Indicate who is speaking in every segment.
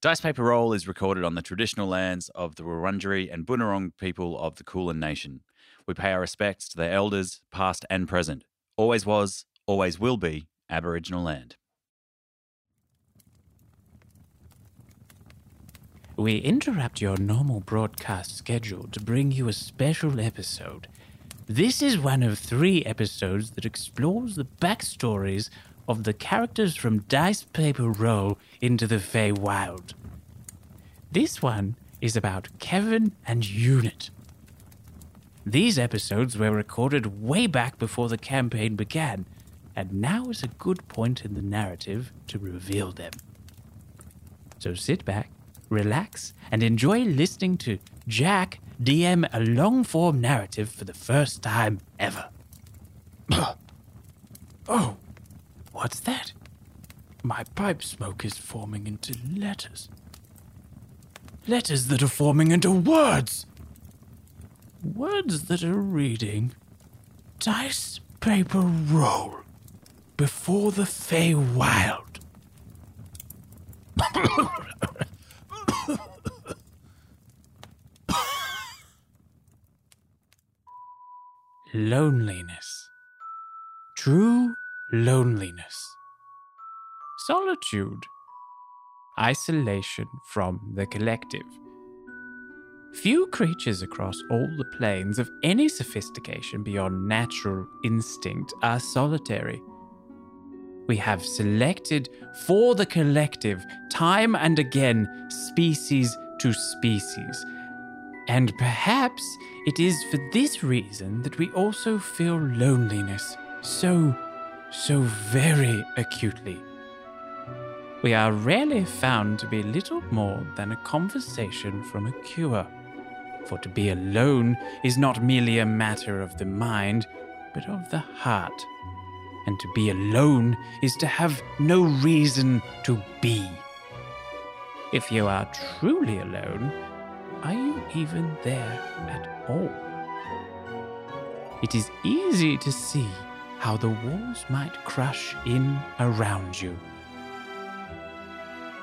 Speaker 1: Dice Paper Roll is recorded on the traditional lands of the Wurundjeri and Bunurong people of the Kulin Nation. We pay our respects to their elders, past and present. Always was, always will be Aboriginal land.
Speaker 2: We interrupt your normal broadcast schedule to bring you a special episode. This is one of three episodes that explores the backstories of the characters from Dice Paper Roll into the Feywild. This one is about Kevin and Unit. These episodes were recorded way back before the campaign began, and now is a good point in the narrative to reveal them. So sit back, relax, and enjoy listening to Jack DM a long form narrative for the first time ever. oh, what's that? My pipe smoke is forming into letters. Letters that are forming into words! Words that are reading Dice Paper Roll Before the Feywild. Loneliness. True loneliness. Solitude. Isolation from the collective. Few creatures across all the planes of any sophistication beyond natural instinct are solitary. We have selected for the collective, time and again, species to species. And perhaps it is for this reason that we also feel loneliness so, so very acutely. We are rarely found to be little more than a conversation from a cure. For to be alone is not merely a matter of the mind, but of the heart. And to be alone is to have no reason to be. If you are truly alone, are you even there at all? It is easy to see how the walls might crush in around you.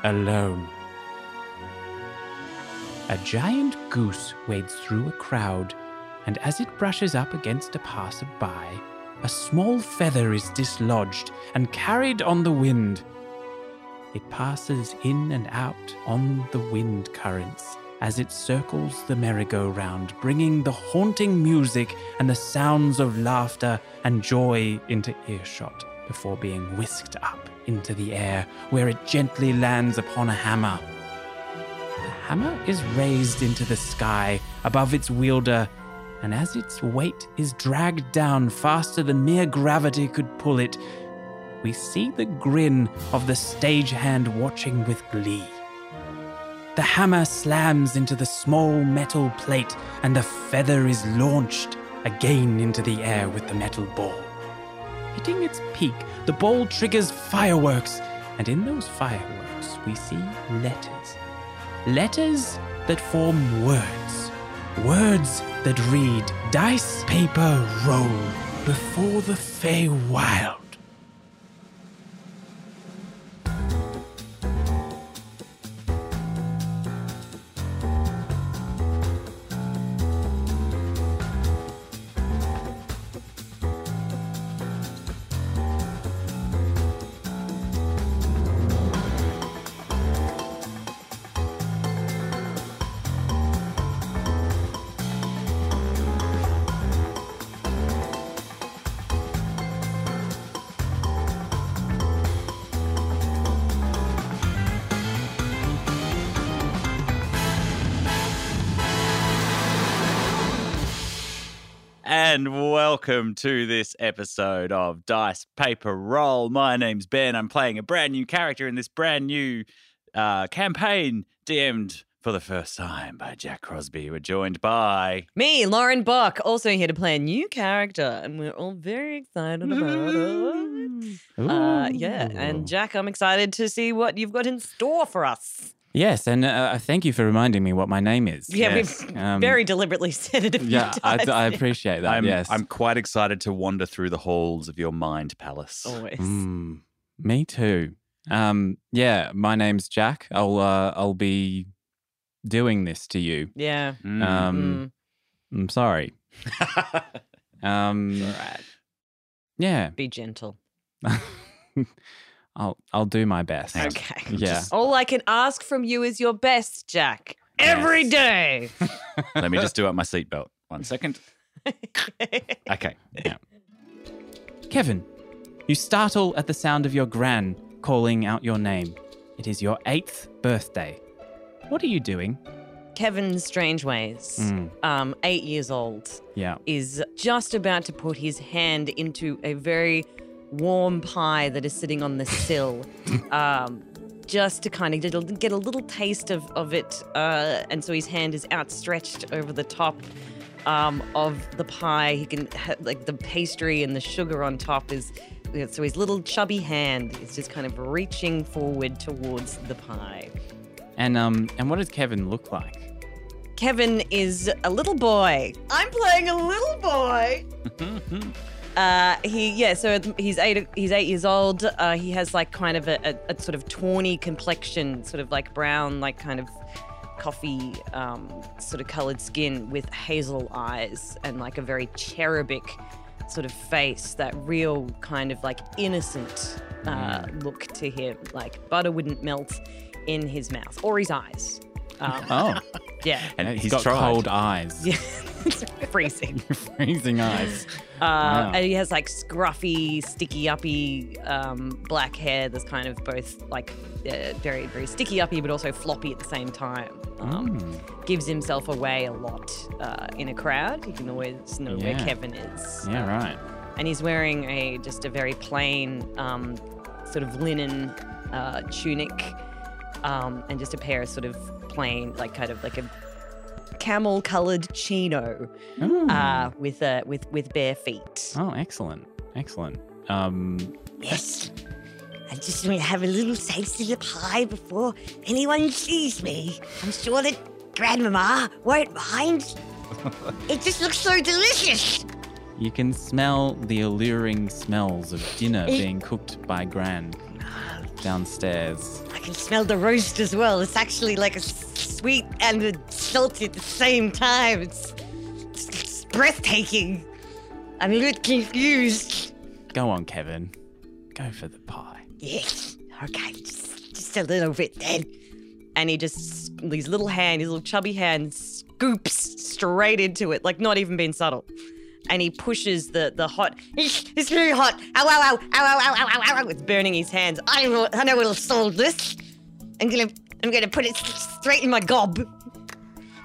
Speaker 2: Alone. A giant goose wades through a crowd, and as it brushes up against a passerby, a small feather is dislodged and carried on the wind. It passes in and out on the wind currents as it circles the merry-go-round, bringing the haunting music and the sounds of laughter and joy into earshot before being whisked up into the air, where it gently lands upon a hammer. The hammer is raised into the sky above its wielder, and as its weight is dragged down faster than mere gravity could pull it, we see the grin of the stagehand watching with glee. The hammer slams into the small metal plate, and the feather is launched again into the air with the metal ball. Hitting its peak, the ball triggers fireworks, and in those fireworks, we see letters. Letters that form words. Words that read dice, paper, roll before the Feywild.
Speaker 1: And welcome to this episode of Dice Paper Roll. My name's Ben. I'm playing a brand new character in this brand new uh, campaign, DM'd for the first time by Jack Crosby. We're joined by.
Speaker 3: Me, Lauren Buck, also here to play a new character, and we're all very excited about it. Uh, yeah, and Jack, I'm excited to see what you've got in store for us.
Speaker 2: Yes, and uh, thank you for reminding me what my name is.
Speaker 3: Yeah,
Speaker 2: Yes,
Speaker 3: we've
Speaker 2: um,
Speaker 3: very deliberately said it a few
Speaker 2: Yeah, I,
Speaker 3: times.
Speaker 2: I appreciate that.
Speaker 1: I'm,
Speaker 2: yes,
Speaker 1: I'm quite
Speaker 2: Oh,
Speaker 3: Mm.
Speaker 1: excited to wander through the halls of your mind palace.
Speaker 3: always.
Speaker 2: Mm, me too. Um, yeah, my name's Jack. I'll uh, I'll be doing this to you.
Speaker 3: Yeah.
Speaker 1: Mm.
Speaker 2: Um, I'm sorry.
Speaker 3: mm,
Speaker 2: Um,
Speaker 3: it's all right.
Speaker 2: yeah,
Speaker 3: Be gentle.
Speaker 2: I'll I'll do my best.
Speaker 3: Okay.
Speaker 2: Yeah.
Speaker 3: All I can ask from you is your best, Jack. Every
Speaker 2: Yes.
Speaker 3: day.
Speaker 1: Let me just do up my seatbelt. One second. Okay.
Speaker 2: Kevin, you startle at the sound of your gran calling out your name. It is your eighth birthday. What are you doing?
Speaker 3: Kevin's strange ways.
Speaker 2: Mm,
Speaker 3: Um, eight years old.
Speaker 2: yeah.
Speaker 3: is just about to put his hand into a very warm pie that is sitting on the sill, um, just to kind of get a, get a little taste of, of it. Uh, and so his hand is outstretched over the top um, of the pie. He can, ha- like, the pastry and the sugar on top is. So his little chubby hand is just kind of reaching forward towards the pie.
Speaker 2: And um and what does Kevin look like?
Speaker 3: Kevin is a little boy. I'm playing a little boy. Uh, he yeah, so at- he's eight. He's eight years old. Uh, he has like kind of a, a, a sort of tawny complexion, sort of like brown, like kind of coffee um, sort of colored skin with hazel eyes and like a very cherubic sort of face. That real kind of like innocent uh, look to him, like butter wouldn't melt in his mouth or his eyes. Um,
Speaker 2: Oh,
Speaker 3: yeah.
Speaker 1: And he's
Speaker 2: he's got
Speaker 1: tried.
Speaker 2: cold eyes,
Speaker 3: Yeah, it's freezing.
Speaker 2: freezing eyes.
Speaker 3: Uh, And he has like scruffy, sticky uppy um, black hair that's kind of both like uh, very, very sticky uppy, but also floppy at the same time. Um, Gives himself away a lot uh, in a crowd. You can always know where
Speaker 2: Yeah.
Speaker 3: Kevin is.
Speaker 2: Yeah, right.
Speaker 3: And he's wearing a just a very plain um, sort of linen uh, tunic um, and just a pair of sort of plain, like kind of like a camel colored chino
Speaker 2: Ooh.
Speaker 3: uh, with uh, with with bare feet.
Speaker 2: oh, excellent, excellent. Um,
Speaker 4: Yes. I just want to have a little taste of the pie before anyone sees me. I'm sure that Grandmama won't mind. it just looks so delicious.
Speaker 2: you can smell the alluring smells of dinner being cooked by Gran downstairs.
Speaker 4: I can smell the roast as well. It's actually like a s- sweet and a salty at the same time. It's, it's, it's breathtaking. I'm a bit confused.
Speaker 2: Go on, Kevin. Go for the pie.
Speaker 4: Yes. Okay. Just, just a little bit then.
Speaker 3: And he just his little hand, his little chubby hand, scoops straight into it, like not even being subtle. And he pushes the the hot.
Speaker 4: It's, it's really hot. Ow, ow, ow, ow, ow, ow, ow, ow, ow, ow.
Speaker 3: It's burning his hands.
Speaker 4: I know, I know it'll solve this. I'm gonna, I'm gonna put it s- straight in my gob.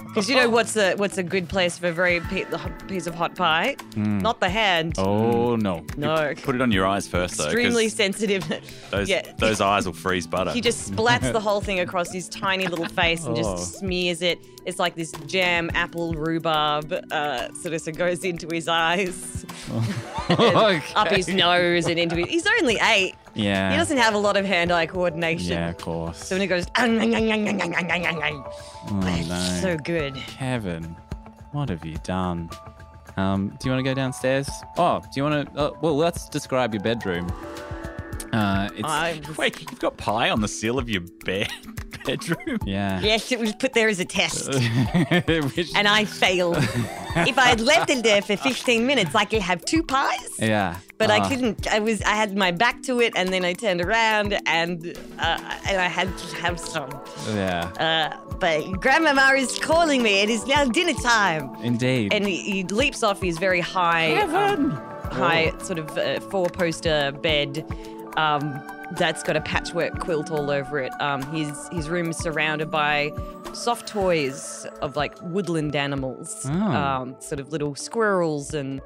Speaker 3: Because you know what's a what's a good place for a very pe- the hot piece of hot pie?
Speaker 1: Hmm.
Speaker 3: Not the hand.
Speaker 2: Oh no.
Speaker 3: No.
Speaker 1: Put it on your eyes first, though. 'cause
Speaker 3: Extremely sensitive.
Speaker 1: Those,
Speaker 3: yeah.
Speaker 1: those eyes will freeze butter.
Speaker 3: He just splats the whole thing across his tiny little face and
Speaker 2: Oh.
Speaker 3: just smears it. It's like this jam, apple, rhubarb, uh, sort of so goes into his eyes, up his nose, and into his. He's only eight.
Speaker 2: Yeah.
Speaker 3: He doesn't have a lot of hand eye coordination.
Speaker 2: Yeah, of course.
Speaker 3: So when he goes,
Speaker 4: Ah, nyang, nyang, nyang, nyang, nyang, nyang, nyang, nyang.
Speaker 2: oh, no.
Speaker 3: it's so good.
Speaker 2: Kevin, what have you done? Um, do you want to go downstairs? Oh, do you want to? Uh, well, let's describe your bedroom. Uh, it's
Speaker 3: I,
Speaker 1: Wait, you've got pie on the seal of your bed bedroom?
Speaker 2: yeah.
Speaker 4: Yes, it was put there as a test,
Speaker 2: Which-
Speaker 4: and I failed. if I had left it there for 15 minutes, I could have two pies.
Speaker 2: yeah.
Speaker 4: But
Speaker 2: Ah,
Speaker 4: I couldn't. I was. I had my back to it, and then I turned around, and uh, and I had to have some.
Speaker 2: Yeah.
Speaker 4: Uh, but Grandmama is calling me. It is now dinner time.
Speaker 2: Indeed.
Speaker 3: and he, he leaps off his very high.
Speaker 2: Kevin.
Speaker 4: um,
Speaker 3: high sort of uh, four poster bed um, that's got a patchwork quilt all over it. Um, his his room is surrounded by soft toys of like woodland animals,
Speaker 2: Oh.
Speaker 3: um, sort of little squirrels and.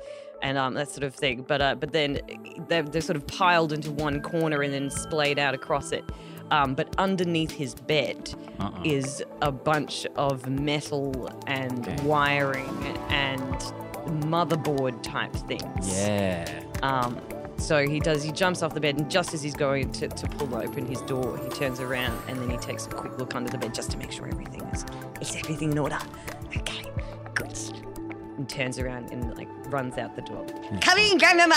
Speaker 3: And um, that sort of thing, but uh, but then they're, they're sort of piled into one corner and then splayed out across it. Um, but underneath his bed
Speaker 2: Uh-oh.
Speaker 3: is a bunch of metal and
Speaker 2: Okay.
Speaker 3: wiring and motherboard type things.
Speaker 2: Yeah.
Speaker 3: Um, so he does. He jumps off the bed, and just as he's going to, to pull open his door, he turns around and then he takes a quick look under the bed just to make sure everything is
Speaker 4: Is everything in order? Okay, good.
Speaker 3: and turns around and like runs out the door.
Speaker 4: Come in, Grandmama.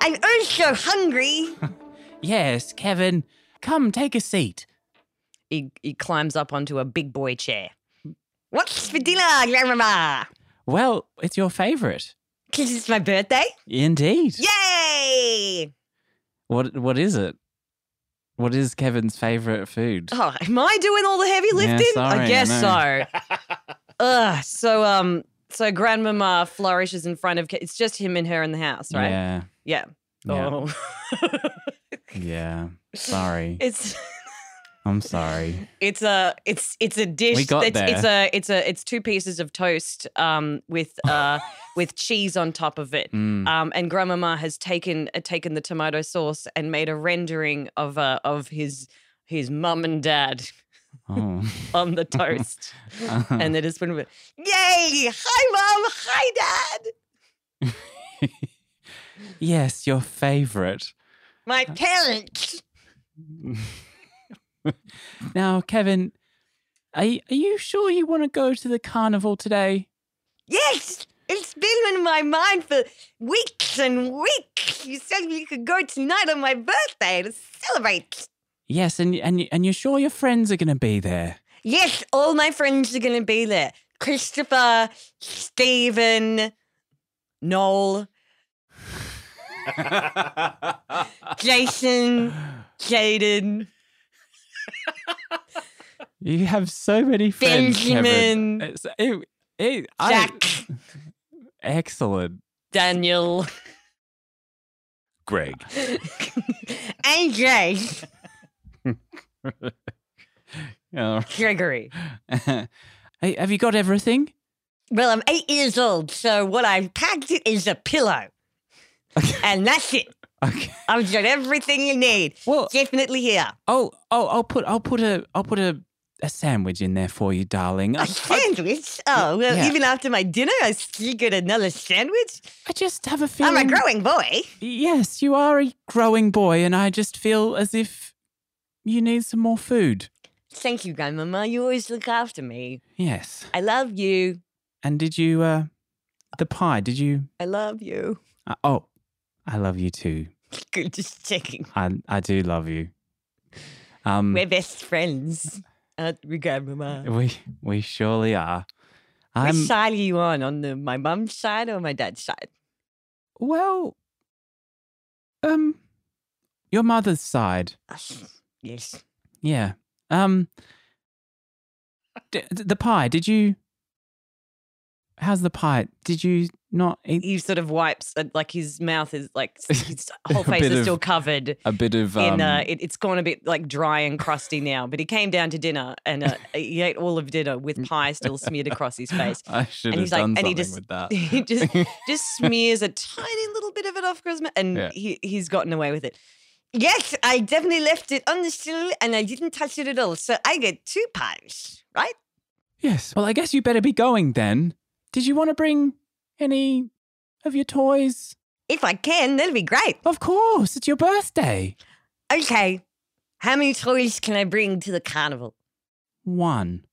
Speaker 4: I'm oh so hungry.
Speaker 2: Yes, Kevin, come take a seat.
Speaker 3: He, he climbs up onto a big boy chair.
Speaker 4: What's for dinner, Grandmama?
Speaker 2: Well, it's your favorite.
Speaker 4: Because it's my birthday.
Speaker 2: Indeed.
Speaker 4: Yay!
Speaker 2: What what is it? What is Kevin's favorite food?
Speaker 3: Oh, am I doing all the heavy
Speaker 2: Yeah,
Speaker 3: lifting?
Speaker 2: sorry, I
Speaker 3: I guess
Speaker 2: know.
Speaker 3: so. Ugh. So um, so Grandmama flourishes in front of. Ke- It's just him and her in the house, right?
Speaker 2: Yeah.
Speaker 3: Yeah.
Speaker 2: Yeah.
Speaker 3: Oh.
Speaker 2: yeah. Sorry.
Speaker 3: it's
Speaker 2: I'm sorry.
Speaker 3: it's a it's it's a dish.
Speaker 2: We got
Speaker 3: that's, It's a it's a it's two pieces of toast um with uh with cheese on top of it.
Speaker 2: Mm.
Speaker 3: Um, and Grandmama has taken uh, taken the tomato sauce and made a rendering of uh, of his his mum and dad
Speaker 2: Oh.
Speaker 3: on the toast, and it has been re-
Speaker 4: Yay! Hi, Mum. Hi, Dad.
Speaker 2: yes, your favorite.
Speaker 4: My parents.
Speaker 2: Now, Kevin, are, y- are you sure you want to go to the carnival today?
Speaker 4: Yes, it's been in my mind for weeks and weeks. You said we could go tonight on my birthday to celebrate.
Speaker 2: Yes, and y- and y- and you're sure your friends are going to be there.
Speaker 4: Yes, all my friends are going to be there. Christopher, Stephen,
Speaker 3: Noel.
Speaker 4: Jason, Jaden,
Speaker 2: You have so many friends, Kevin.
Speaker 3: Benjamin.
Speaker 2: It's- it- it- I-
Speaker 4: Jack.
Speaker 2: excellent.
Speaker 3: Daniel.
Speaker 1: Greg.
Speaker 4: and Jay.
Speaker 2: All
Speaker 3: Gregory.
Speaker 2: right. Hey, have you got everything?
Speaker 4: Well, I'm eight years old, so what I've packed it is a pillow. and that's it.
Speaker 2: Okay.
Speaker 4: I've got everything you need.
Speaker 2: Well,
Speaker 4: Definitely here.
Speaker 2: oh, oh, I'll put, I'll put a, I'll put a, a sandwich in there for you, darling. I,
Speaker 4: A sandwich? Oh, well,
Speaker 2: Yeah.
Speaker 4: even after my dinner, I still get another sandwich?
Speaker 2: I just have a feeling.
Speaker 4: I'm a growing boy.
Speaker 2: Yes, you are a growing boy, and I just feel as if you need some more food.
Speaker 4: Thank you, Grandmama. You always look after me.
Speaker 2: Yes.
Speaker 4: I love you.
Speaker 2: And did you, uh, the pie? Did you?
Speaker 4: I love you.
Speaker 2: Uh, oh, I love you too.
Speaker 4: Good, just checking.
Speaker 2: I, I do love you. Um,
Speaker 4: We're best friends, aren't we, Grandmama?
Speaker 2: we we surely are. I'm
Speaker 4: Which side are you on? On the, my mum's side or my dad's side?
Speaker 2: well. Um, your mother's side.
Speaker 4: Us. Yes.
Speaker 2: Yeah. Um, d- d- the pie. Did you? How's the pie? Did you not eat
Speaker 3: He sort of wipes, and like his mouth is like s- his whole
Speaker 2: A
Speaker 3: face
Speaker 2: bit
Speaker 3: is
Speaker 2: of-
Speaker 3: still covered.
Speaker 2: a bit of um,
Speaker 3: in uh, it, it's gone a bit like dry and crusty now. But he came down to dinner and uh, he ate all of dinner
Speaker 2: Mm.
Speaker 3: with pie still smeared across his face.
Speaker 2: I should
Speaker 3: and
Speaker 2: have
Speaker 3: he's like-
Speaker 2: done
Speaker 3: and he
Speaker 2: something
Speaker 3: just-
Speaker 2: with that.
Speaker 3: He just just smears a tiny little bit of it off Christmas, and
Speaker 2: Yeah.
Speaker 3: he he's gotten away with it.
Speaker 4: Yes, I definitely left it on the stool and I didn't touch it at all. So I get two pies, right?
Speaker 2: yes. Well, I guess you better be going then. Did you want to bring any of your toys?
Speaker 4: If I can, that'll be great.
Speaker 2: Of course, it's your birthday.
Speaker 4: Okay. How many toys can I bring to the carnival?
Speaker 2: One.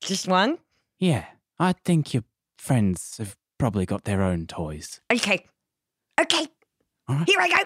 Speaker 4: Just one?
Speaker 2: Yeah, I think your friends have probably got their own toys.
Speaker 4: Okay. Okay.
Speaker 2: All right.
Speaker 4: Here I go.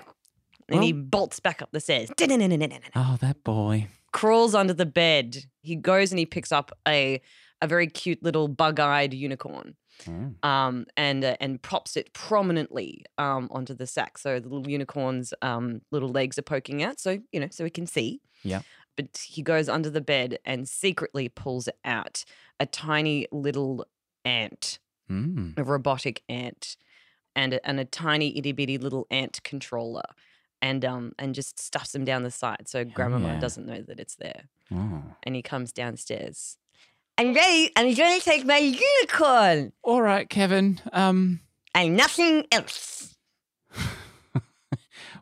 Speaker 3: And he
Speaker 2: Well-
Speaker 3: bolts back up the stairs,
Speaker 2: Oh, that boy.
Speaker 3: crawls under the bed. He goes and he picks up a a very cute little bug-eyed unicorn.
Speaker 2: Mm.
Speaker 3: um, and uh, and props it prominently um, onto the sack. So the little unicorn's um, little legs are poking out, so you know, so we can see.
Speaker 2: Yeah.
Speaker 3: But he goes under the bed and secretly pulls out a tiny little ant,
Speaker 2: Mm.
Speaker 3: a robotic ant, and a, and a tiny itty bitty little ant controller. And um and just stuffs him down the side so Grandmama
Speaker 2: yeah.
Speaker 3: doesn't know that it's there.
Speaker 2: Oh.
Speaker 3: And he comes downstairs.
Speaker 4: And ready, I'm going to take my unicorn
Speaker 2: All right, Kevin. Um.
Speaker 4: and nothing else.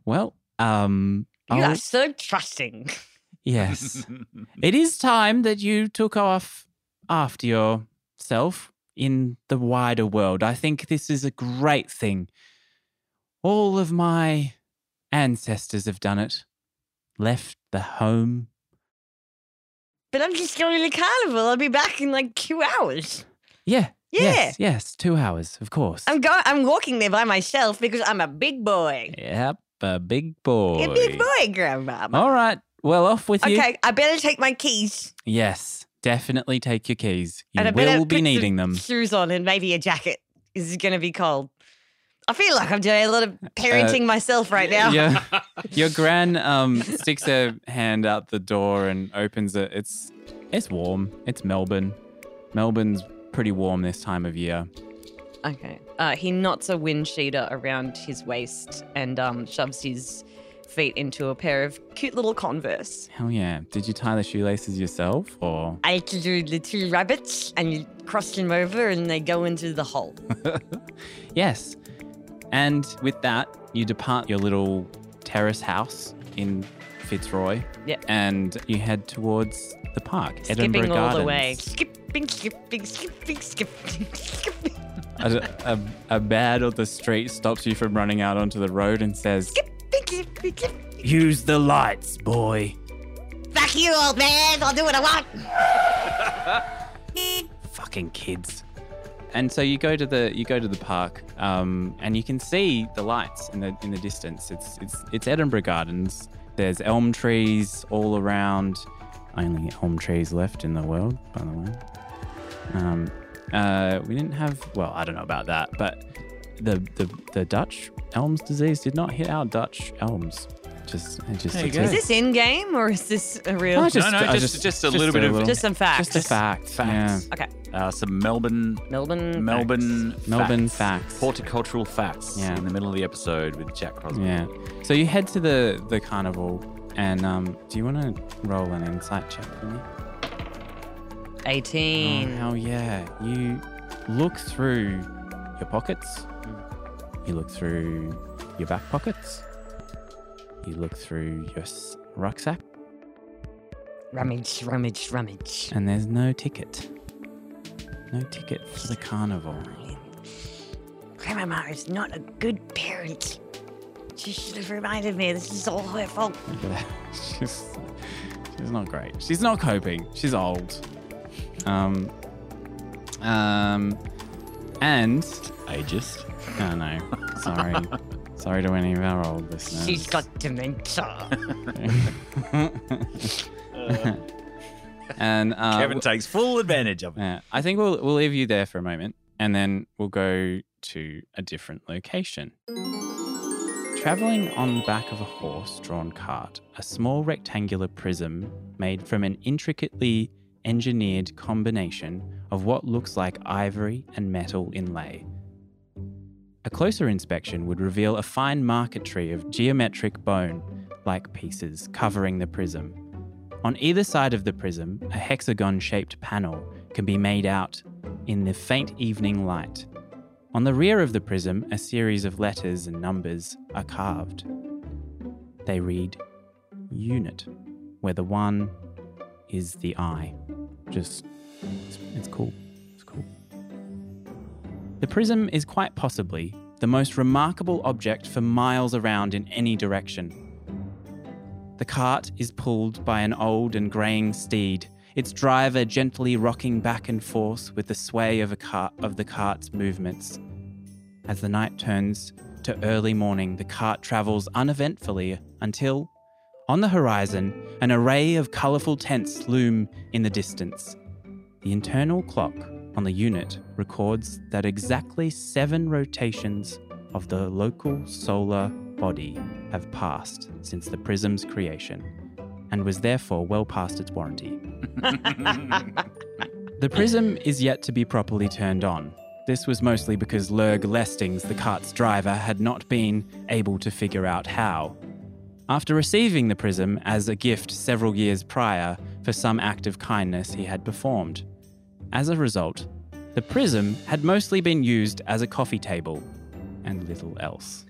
Speaker 2: Well. Um.
Speaker 4: You
Speaker 2: I'll-
Speaker 4: are so trusting.
Speaker 2: Yes. It is time that you took off after yourself in the wider world. I think this is a great thing. All of my ancestors have done it, left the home.
Speaker 4: But I'm just going to the carnival. I'll be back in like two hours.
Speaker 2: Yeah.
Speaker 4: Yeah. Oh.
Speaker 2: Yes. Yes. Two hours, of course.
Speaker 4: I'm going. I'm walking there by myself because I'm a big boy.
Speaker 2: Yep. a big boy.
Speaker 4: A big boy, Grandmama.
Speaker 2: All right. Well, off with you.
Speaker 4: Okay, I better take my keys.
Speaker 2: Yes. Definitely take your keys. You
Speaker 4: and I better
Speaker 2: will
Speaker 4: put
Speaker 2: be
Speaker 4: some
Speaker 2: needing them.
Speaker 4: Shoes on and maybe a jacket. This is going to be cold. I feel like I'm doing a lot of parenting myself right now.
Speaker 2: Uh, Yeah. Your gran um, sticks her hand out the door and opens it. It's it's warm. It's Melbourne. Melbourne's pretty warm this time of year.
Speaker 3: Okay. Uh, he knots a wind sheeter around his waist and um, shoves his feet into a pair of cute little Converse.
Speaker 2: Hell yeah. Did you tie the shoelaces yourself or
Speaker 4: I had to do the two rabbits and you cross them over and they go into the hole.
Speaker 2: Yes. And with that, you depart your little terrace house in Fitzroy.
Speaker 3: Yep.
Speaker 2: And you head towards the park,
Speaker 3: Skipping
Speaker 2: Edinburgh
Speaker 3: all
Speaker 2: Gardens.
Speaker 3: the way.
Speaker 4: skipping, skipping, skipping, skipping, skipping.
Speaker 2: A, a, a man on the street stops you from running out onto the road and says,
Speaker 4: skipping, skipping.
Speaker 2: Use the lights, boy.
Speaker 4: Fuck you, old man. I'll do what I want.
Speaker 2: fucking kids. And so you go to the you go to the park, um, and you can see the lights in the in the distance. It's it's it's Edinburgh Gardens. There's elm trees all around. Only elm trees left in the world, by the way. Um, uh, we didn't have well, I don't know about that, but the the, the Dutch elms disease did not hit our Dutch elms. Just it just
Speaker 1: There you
Speaker 2: it's
Speaker 1: go.
Speaker 2: a-
Speaker 3: Is this in game or is this a real?
Speaker 2: No,
Speaker 1: No, no,
Speaker 2: I
Speaker 1: just- just a little bit of-
Speaker 3: Just some facts.
Speaker 2: just a fact. yeah.
Speaker 1: Facts.
Speaker 3: Okay.
Speaker 1: Uh, some Melbourne,
Speaker 3: Melbourne.
Speaker 1: Melbourne,
Speaker 2: Melbourne facts.
Speaker 1: horticultural facts
Speaker 2: Yeah.
Speaker 1: in the middle of the episode with Jack Crosby.
Speaker 2: Yeah. So you head to the the carnival, and um, do you want to roll an insight check for me?
Speaker 3: 18.
Speaker 2: Oh, hell yeah! You look through your pockets. Mm. You look through your back pockets. You look through your s- rucksack,
Speaker 4: Rummage, rummage, rummage.
Speaker 2: and there's no ticket. No ticket for the carnival.
Speaker 4: Grandma is not a good parent. She should have reminded me this is all her fault.
Speaker 2: Look at that. She's she's not great. She's not coping. She's old. Um. Um. And
Speaker 1: Aegis.
Speaker 2: No, Oh, no. Sorry. Sorry to any of our old listeners.
Speaker 4: She's got dementia.
Speaker 2: And uh,
Speaker 1: Kevin takes full advantage of it.
Speaker 2: yeah, I think we'll we'll leave you there for a moment, and then we'll go to a different location. Traveling on the back of a horse-drawn cart, a small rectangular prism made from an intricately engineered combination of what looks like ivory and metal inlay. A closer inspection would reveal a fine marquetry of geometric bone like pieces covering the prism. On either side of the prism, a hexagon shaped panel can be made out in the faint evening light. On the rear of the prism, a series of letters and numbers are carved. They read unit, where the one is the eye. Just, it's, it's cool. It's cool. The prism is quite possibly the most remarkable object for miles around in any direction. The cart is pulled by an old and greying steed, its driver gently rocking back and forth with the sway of, a cart, of the cart's movements. As the night turns to early morning, the cart travels uneventfully until, on the horizon, an array of colourful tents loom in the distance. The internal clock on the unit records that exactly seven rotations of the local solar body have passed since the prism's creation and was therefore well past its warranty. the prism is yet to be properly turned on. This was mostly because Lurg Lestings, the cart's driver, had not been able to figure out how. After receiving the prism as a gift several years prior for some act of kindness he had performed. As a result, the prism had mostly been used as a coffee table and little else.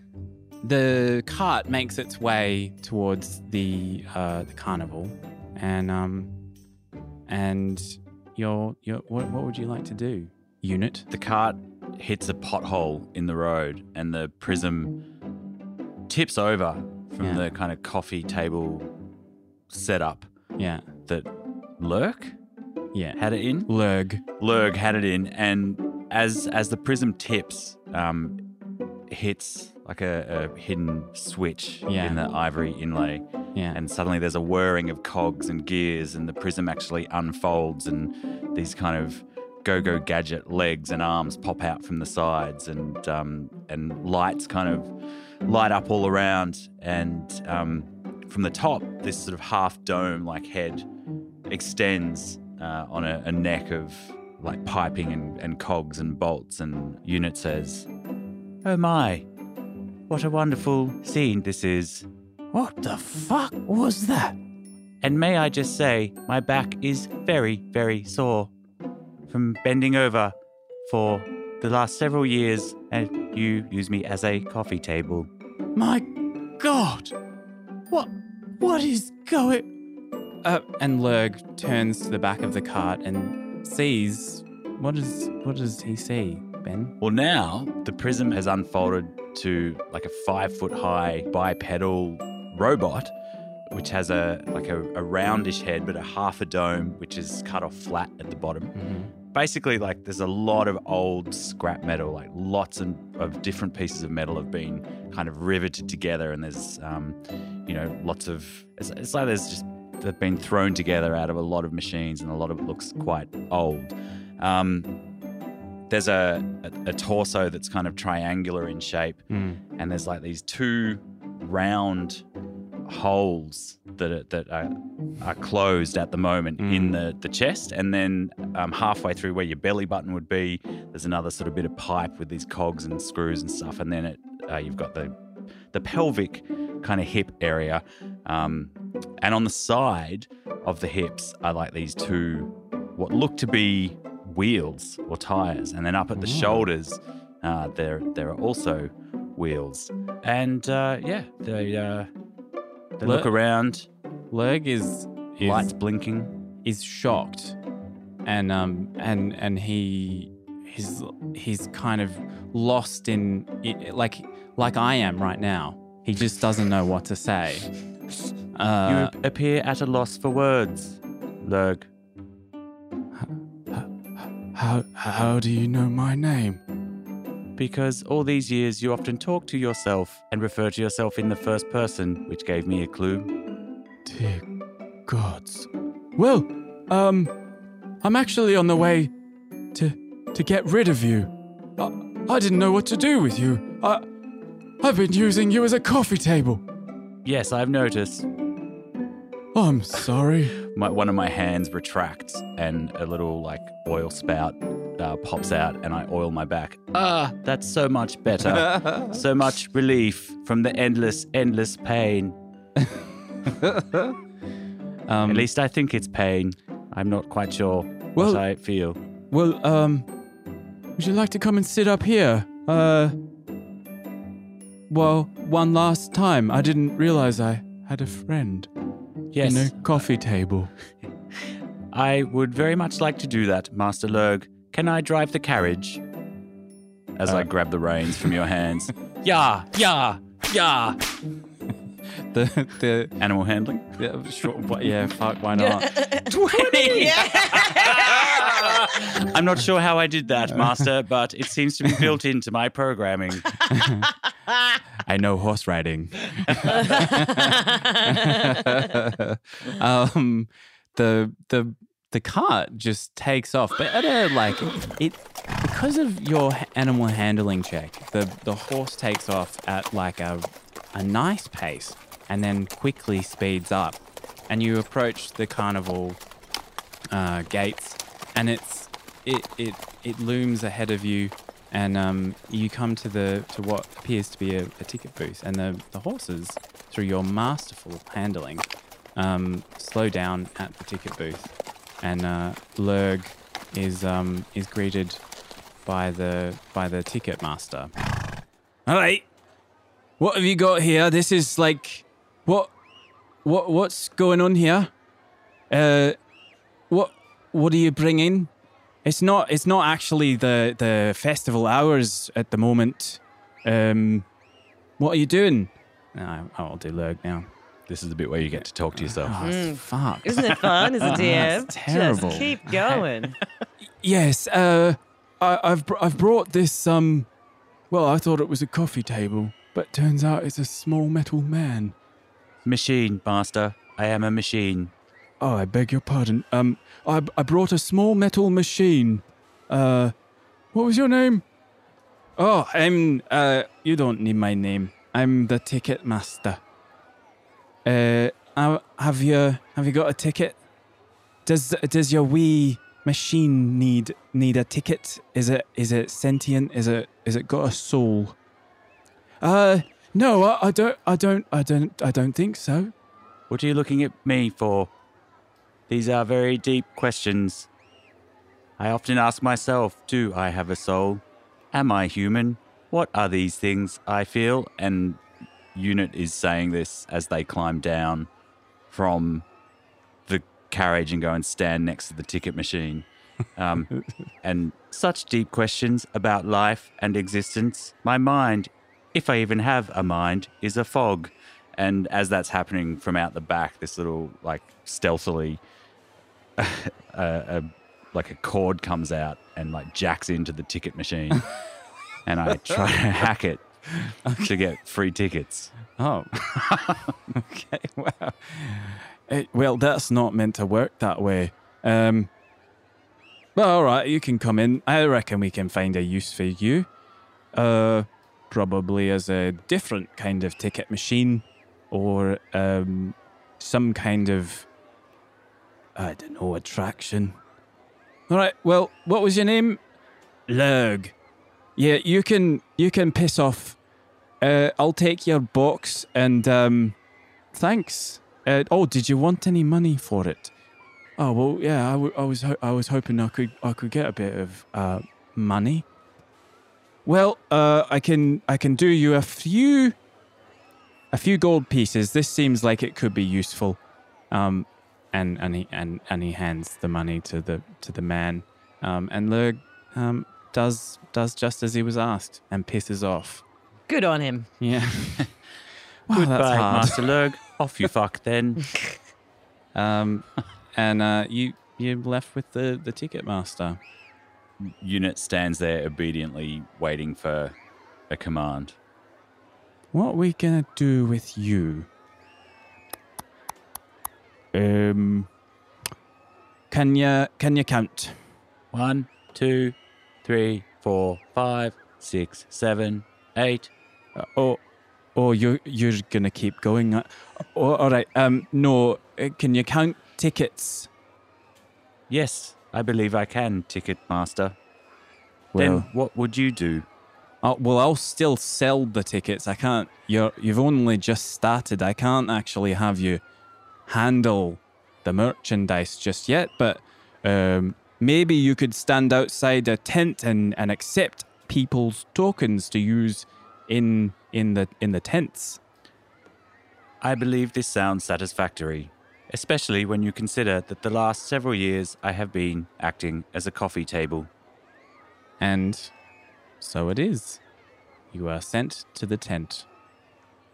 Speaker 2: The cart makes its way towards the uh, the carnival, and um, and your your what, what would you like to do? Unit.
Speaker 1: The cart hits a pothole in the road and the prism tips over from
Speaker 2: Yeah.
Speaker 1: the kind of coffee table setup
Speaker 2: Yeah.
Speaker 1: that Lurk
Speaker 2: Yeah.
Speaker 1: had it in.
Speaker 2: Lurg.
Speaker 1: Lurg had it in, and as as the prism tips, um, hits like a, a hidden switch
Speaker 2: Yeah.
Speaker 1: in the ivory inlay.
Speaker 2: Yeah.
Speaker 1: And suddenly there's a whirring of cogs and gears, and the prism actually unfolds, and these kind of go go gadget legs and arms pop out from the sides, and, um, and lights kind of light up all around. And um, from the top, this sort of half dome like head extends uh, on a, a neck of like piping and, and cogs and bolts. And Unit says, Oh my, what a wonderful scene this is.
Speaker 2: What the fuck was that?
Speaker 1: And may I just say, my back is very, very sore from bending over for the last several years, and you use me as a coffee table.
Speaker 2: My God! What what is going uh, and Lurg turns to the back of the cart and sees what is what does he see, Ben?
Speaker 1: Well, now the prism has unfolded to like a five foot high bipedal robot, which has a like a, a roundish head but a half a dome, which is cut off flat at the bottom.
Speaker 2: Mm-hmm.
Speaker 1: Basically, like there's a lot of old scrap metal, like lots and of different pieces of metal have been kind of riveted together, and there's um, you know lots of it's, it's like there's just they've been thrown together out of a lot of machines, and a lot of it looks quite old. Um, there's a, a, a torso that's kind of triangular in shape,
Speaker 2: Mm.
Speaker 1: and there's like these two round holes that are, that are, are closed at the moment in the, the chest, and then um, halfway through where your belly button would be, there's another sort of bit of pipe with these cogs and screws and stuff, and then it uh, you've got the the pelvic kind of hip area, um, and on the side of the hips are like these two what look to be wheels or tires, and then up at the shoulders, uh, there there are also wheels, and uh, yeah, they uh, they
Speaker 2: Le-
Speaker 1: look around,
Speaker 2: Lurg is is,
Speaker 1: lights blinking.
Speaker 2: is shocked and um and and he he's he's kind of lost in it, like like I am right now. He just doesn't know what to say. Uh,
Speaker 1: you appear at a loss for words, Lurg.
Speaker 2: how how do you know my name?
Speaker 1: Because all these years you often talk to yourself and refer to yourself in the first person, which gave me a clue.
Speaker 2: Dear gods. Well, um, I'm actually on the way to to get rid of you. I, I didn't know what to do with you. I I've been using you as a coffee table.
Speaker 1: Yes, I've noticed.
Speaker 2: I'm sorry.
Speaker 1: my, one of my hands retracts and a little like oil spout uh, pops out and I oil my back. Ah, that's so much
Speaker 2: Um,
Speaker 1: better. so much relief from the endless, endless pain.
Speaker 2: Um,
Speaker 1: At least I think it's pain. I'm not quite sure
Speaker 2: Well-
Speaker 1: what I feel.
Speaker 2: well, um, would you like to come and sit up here? Uh, well, one last time. I didn't realize I had a friend
Speaker 1: Yes,
Speaker 2: in a coffee table.
Speaker 1: I would very much like to do that, Master Lurg. Can I drive the carriage? As I grab the reins from your hands. yeah, yeah, yeah.
Speaker 2: The the
Speaker 1: Animal handling.
Speaker 2: Yeah, sure. But yeah, fuck, why not?
Speaker 1: I'm not sure how I did that, Master, but it seems to be built into my programming.
Speaker 2: I know horse riding. um, the the the cart just takes off, but at a like it because of your h- animal handling check, the the horse takes off at like a a nice pace and then quickly speeds up, and you approach the carnival uh, gates, and it's it it it looms ahead of you, and um, you come to the to what appears to be a, a ticket booth, and the the horses through your masterful handling um, slow down at the ticket booth, and uh, Lurg is um, is greeted by the by the ticket master. All right, what have you got here? This is like what what what's going on here? Uh, what what are you bringing? It's not it's not actually the the festival hours at the moment. Um, what are you doing? No, I'll do Lurg now.
Speaker 1: This is the bit where you get to talk to yourself.
Speaker 2: Oh, fuck.
Speaker 3: Isn't it fun as a DM?
Speaker 2: That's terrible.
Speaker 3: Just keep going.
Speaker 2: Yes, uh, I, I've br- I've brought this. Um, well, I thought it was a coffee table, but turns out it's a small metal man.
Speaker 1: Machine, Master. I am a machine.
Speaker 2: Oh, I beg your pardon. Um, I, I brought a small metal machine. Uh, what was your name? Oh, I'm, uh, you don't need my name. I'm the ticket master. Uh, ha- have you, have you got a ticket? Does, does your wee machine need, need a ticket? Is it, is it sentient? Is it, is it got a soul? Uh, no, I, I don't, I don't, I don't, I don't think so.
Speaker 1: What are you looking at me for? These are very deep questions. I often ask myself do I have a soul? Am I human? What are these things I feel? And Unit is saying this as they climb down from the carriage and go and stand next to the ticket machine. Um, and such deep questions about life and existence. My mind, if I even have a mind, is a fog. And as that's happening from out the back, this little, like, stealthily, uh, a, like a cord comes out and, like, jacks into the ticket machine. and I try to hack it to get free tickets.
Speaker 2: Oh. okay. Wow. Eh, well, that's not meant to work that way. Um. Well, all right. You can come in. I reckon we can find a use for you. Uh, probably as a different kind of ticket machine, or um, some kind of I don't know attraction. All right. Well, what was your name? Lurg. Yeah, you can you can piss off uh, I'll take your box and um, thanks. Uh, oh, did you want any money for it? Oh well, yeah. I, w- I was ho- I was hoping I could I could get a bit of uh, money. Well, uh, I can I can do you a few a few gold pieces. This seems like it could be useful. Um, and and he and, and he hands the money to the to the man. Um, and Lurg um, does does just as he was asked and pisses off.
Speaker 3: Good on him.
Speaker 2: Yeah. wow,
Speaker 1: Bye,
Speaker 2: that's hard.
Speaker 1: Master Lurg. Off you fuck then.
Speaker 2: Um, and uh, you you left with the the ticket master.
Speaker 1: Unit stands there obediently waiting for a command.
Speaker 2: What we gonna do with you? Um, can you can you count?
Speaker 1: One, two, three, four, five, six, seven, eight.
Speaker 2: Uh, oh, oh, you you're gonna keep going. Uh, oh, all right. Um, no, uh, can you count tickets?
Speaker 1: Yes, I believe I can, Ticket Master.
Speaker 2: Well-
Speaker 1: then what would you do?
Speaker 2: Uh, well, I'll still sell the tickets. I can't. You're, you've only just started. I can't actually have you handle the merchandise just yet. But um, maybe you could stand outside a tent and, and accept people's tokens to use in in the in the tents.
Speaker 1: I believe this sounds satisfactory, especially when you consider that the last several years I have been acting as a coffee table.
Speaker 2: And so it is. You are sent to the tent,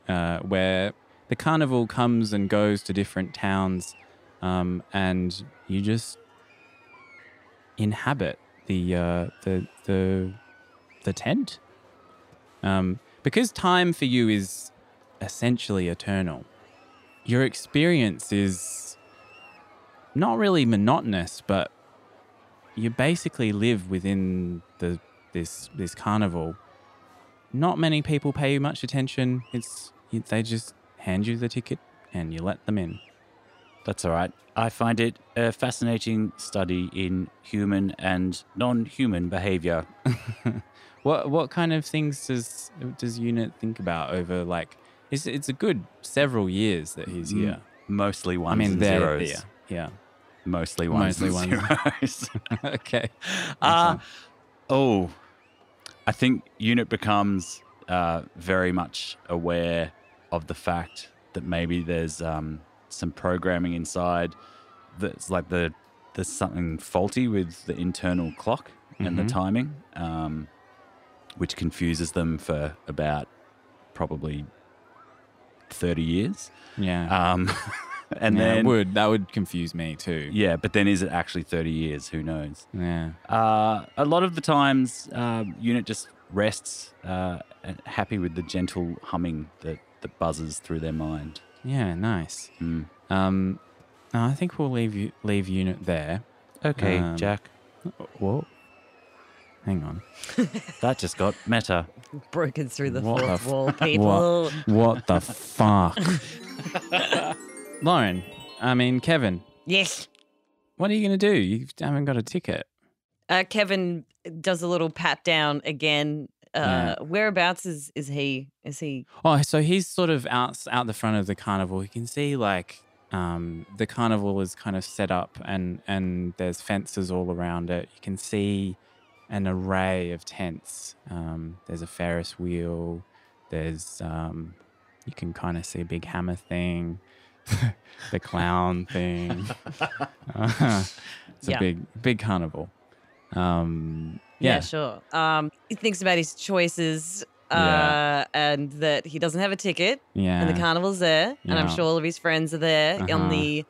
Speaker 2: uh, where the carnival comes and goes to different towns, um, and you just inhabit the uh, the the the tent. Um, because time for you is essentially eternal. Your experience is not really monotonous, but you basically live within the this this carnival. Not many people pay you much attention. It's they just hand you the ticket and you let them in.
Speaker 1: That's all right. I find it a fascinating study in human and non human behavior.
Speaker 2: What what kind of things does does unit think about over like? It's it's a good several years that he's here.
Speaker 1: Mostly Mm. ones
Speaker 2: I mean,
Speaker 1: and
Speaker 2: they're
Speaker 1: zeros.
Speaker 2: there. Yeah.
Speaker 1: Mostly ones
Speaker 2: Mostly
Speaker 1: and zeros.
Speaker 2: okay.
Speaker 1: Uh, oh, I think Unit becomes uh, very much aware of the fact that maybe there's um, some programming inside that's like the there's something faulty with the internal clock and the timing, um, which confuses them for about probably thirty years.
Speaker 2: Yeah.
Speaker 1: Um, and
Speaker 2: yeah, it
Speaker 1: then
Speaker 2: would that would confuse me too.
Speaker 1: yeah, but then is it actually thirty years? Who knows?
Speaker 2: Yeah.
Speaker 1: Uh, a lot of the times, um, unit just rests, uh, and happy with the gentle humming that, that buzzes through their mind.
Speaker 2: Yeah, nice.
Speaker 1: Mm.
Speaker 2: Um, no, I think we'll leave you leave unit there.
Speaker 1: Okay,
Speaker 2: Um,
Speaker 1: Jack.
Speaker 2: Whoa. Hang on.
Speaker 1: That just got meta.
Speaker 3: Broken through the
Speaker 2: What the
Speaker 3: fourth
Speaker 2: f-
Speaker 3: wall, people.
Speaker 2: What? What the fuck? Lauren, I mean Kevin,
Speaker 4: Yes.
Speaker 2: what are you gonna do? You haven't got a ticket.
Speaker 3: Uh, Kevin does a little pat down again. Uh, Whereabouts is is he? Is he?
Speaker 2: Oh, so he's sort of out out the front of the carnival. You can see like um, the carnival is kind of set up, and and there's fences all around it. You can see an array of tents. Um, there's a Ferris wheel. There's um, you can kind of see a big hammer thing, the clown thing. it's
Speaker 3: Yeah.
Speaker 2: a big big carnival. Um,
Speaker 3: Yeah,
Speaker 2: yeah,
Speaker 3: sure. Um, he thinks about his choices. Uh,
Speaker 2: Yeah.
Speaker 3: and that he doesn't have a ticket,
Speaker 2: yeah.
Speaker 3: and the carnival's there, and I'm
Speaker 2: Yeah.
Speaker 3: sure all of his friends are there
Speaker 2: Uh-huh.
Speaker 3: on the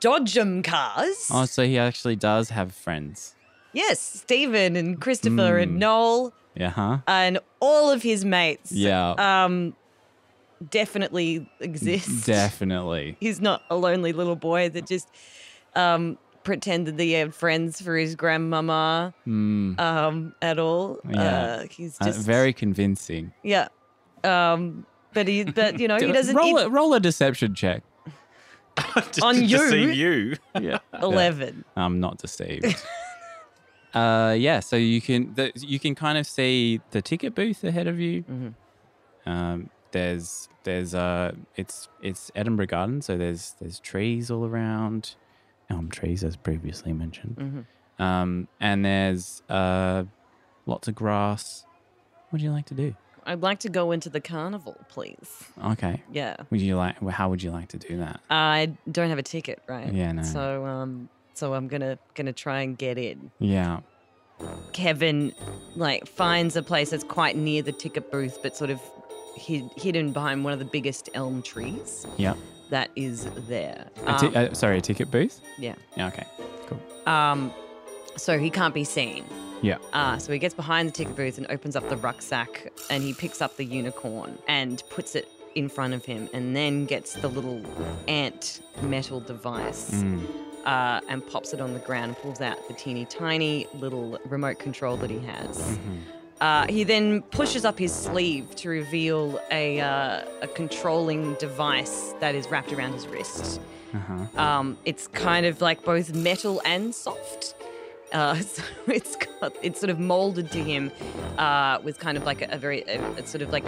Speaker 3: Dodgem cars.
Speaker 2: oh, so he actually does have friends.
Speaker 3: Yes, Stephen and Christopher and
Speaker 2: Mm.
Speaker 3: Noel
Speaker 2: Yeah. Huh?
Speaker 3: and all of his mates.
Speaker 2: Yeah.
Speaker 3: Um, definitely exist.
Speaker 2: Definitely.
Speaker 3: He's not a lonely little boy that just um pretended that he had friends for his grandmama
Speaker 2: Mm.
Speaker 3: um at all.
Speaker 2: Yeah.
Speaker 3: Uh, he's
Speaker 2: Uh,
Speaker 3: just
Speaker 2: very convincing.
Speaker 3: yeah. Um, but he but you know he
Speaker 2: Do-
Speaker 3: doesn't
Speaker 2: roll,
Speaker 3: eat
Speaker 2: a, roll a deception check.
Speaker 1: Just-
Speaker 3: On
Speaker 1: just
Speaker 3: you?
Speaker 1: see you.
Speaker 2: Yeah.
Speaker 3: eleven.
Speaker 2: I'm not deceived. uh, yeah. So you can the, you can kind of see the ticket booth ahead of you.
Speaker 3: Mm-hmm.
Speaker 2: Um, there's there's uh it's it's Edinburgh Garden. So there's there's trees all around, elm trees as previously mentioned.
Speaker 3: Mm-hmm.
Speaker 2: Um, and there's uh lots of grass. What do you like to do?
Speaker 3: I'd like to go into the carnival, please.
Speaker 2: Okay.
Speaker 3: Yeah.
Speaker 2: Would you like? How would you like to do that?
Speaker 3: I don't have a ticket, right?
Speaker 2: Yeah, no.
Speaker 3: So um so I'm gonna gonna try and get in.
Speaker 2: Yeah.
Speaker 3: Kevin like finds a place that's quite near the ticket booth, but sort of hid, hidden behind one of the biggest elm trees
Speaker 2: Yeah.
Speaker 3: that is there.
Speaker 2: A ti-
Speaker 3: Um,
Speaker 2: uh, sorry, a ticket booth?
Speaker 3: yeah.
Speaker 2: Yeah, okay. Cool.
Speaker 3: Um, so he can't be seen.
Speaker 2: Yeah.
Speaker 3: Uh, so he gets behind the ticket booth and opens up the rucksack and he picks up the unicorn and puts it in front of him and then gets the little ant metal device
Speaker 2: Mm.
Speaker 3: uh, and pops it on the ground and pulls out the teeny tiny little remote control that he has. Uh, he then pushes up his sleeve to reveal a, uh, a controlling device that is wrapped around his wrist.
Speaker 2: Uh-huh.
Speaker 3: Um, it's kind of like both metal and soft. Uh, so it's got it's sort of molded to him uh, with kind of like a, a very a, a sort of like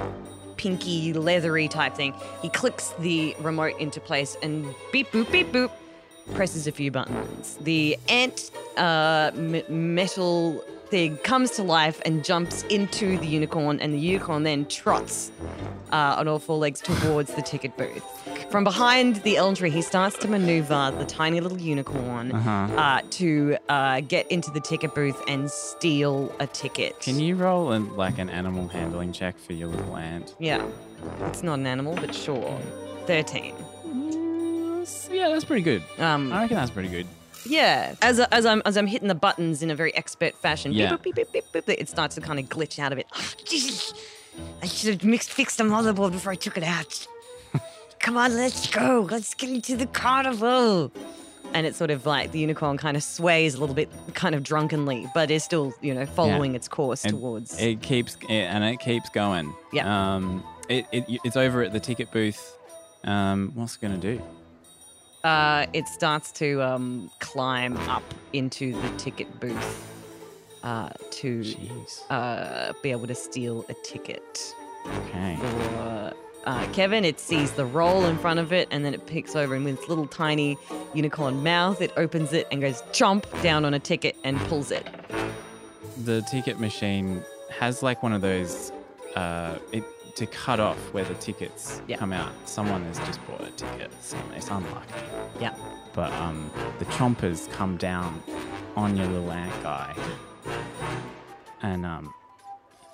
Speaker 3: pinky leathery type thing. He clicks the remote into place and beep boop beep boop presses a few buttons. The ant uh, m- metal thing comes to life and jumps into the unicorn, and the unicorn then trots uh, on all four legs towards the ticket booth. From behind the elm tree, he starts to maneuver the tiny little unicorn
Speaker 2: Uh-huh.
Speaker 3: uh, to uh, get into the ticket booth and steal a ticket.
Speaker 2: Can you roll an, like an animal handling check for your little ant?
Speaker 3: Yeah. It's not an animal, but sure. 13.
Speaker 2: yeah, that's pretty good.
Speaker 3: Um,
Speaker 2: I reckon that's pretty good.
Speaker 3: Yeah, as, as I'm as I'm hitting the buttons in a very expert fashion, beep,
Speaker 2: Yeah.
Speaker 3: boop, beep, beep, beep, beep, it starts to kind of glitch out of it.
Speaker 4: Jesus. I should have mixed fixed the motherboard before I took it out. Come on, let's go. Let's get into the carnival.
Speaker 3: And it's sort of like the unicorn kind of sways a little bit, kind of drunkenly, but is still you know following its course
Speaker 2: And
Speaker 3: towards.
Speaker 2: It keeps it, and it keeps going.
Speaker 3: Yeah.
Speaker 2: Um it, it it's over at the ticket booth. Um what's it going to do?
Speaker 3: uh, it starts to um, climb up into the ticket booth uh, to
Speaker 2: Jeez.
Speaker 3: uh, be able to steal a ticket.
Speaker 2: Okay.
Speaker 3: for uh, Kevin. It sees the roll in front of it, and then it picks over and with its little tiny unicorn mouth, it opens it and goes chomp down on a ticket and pulls it.
Speaker 2: The ticket machine has like one of those uh it to cut off where the tickets
Speaker 3: Yeah.
Speaker 2: come out. Someone has just bought a ticket. So it's unlucky.
Speaker 3: Yeah.
Speaker 2: but um, the chompers come down on your little ant guy, and um,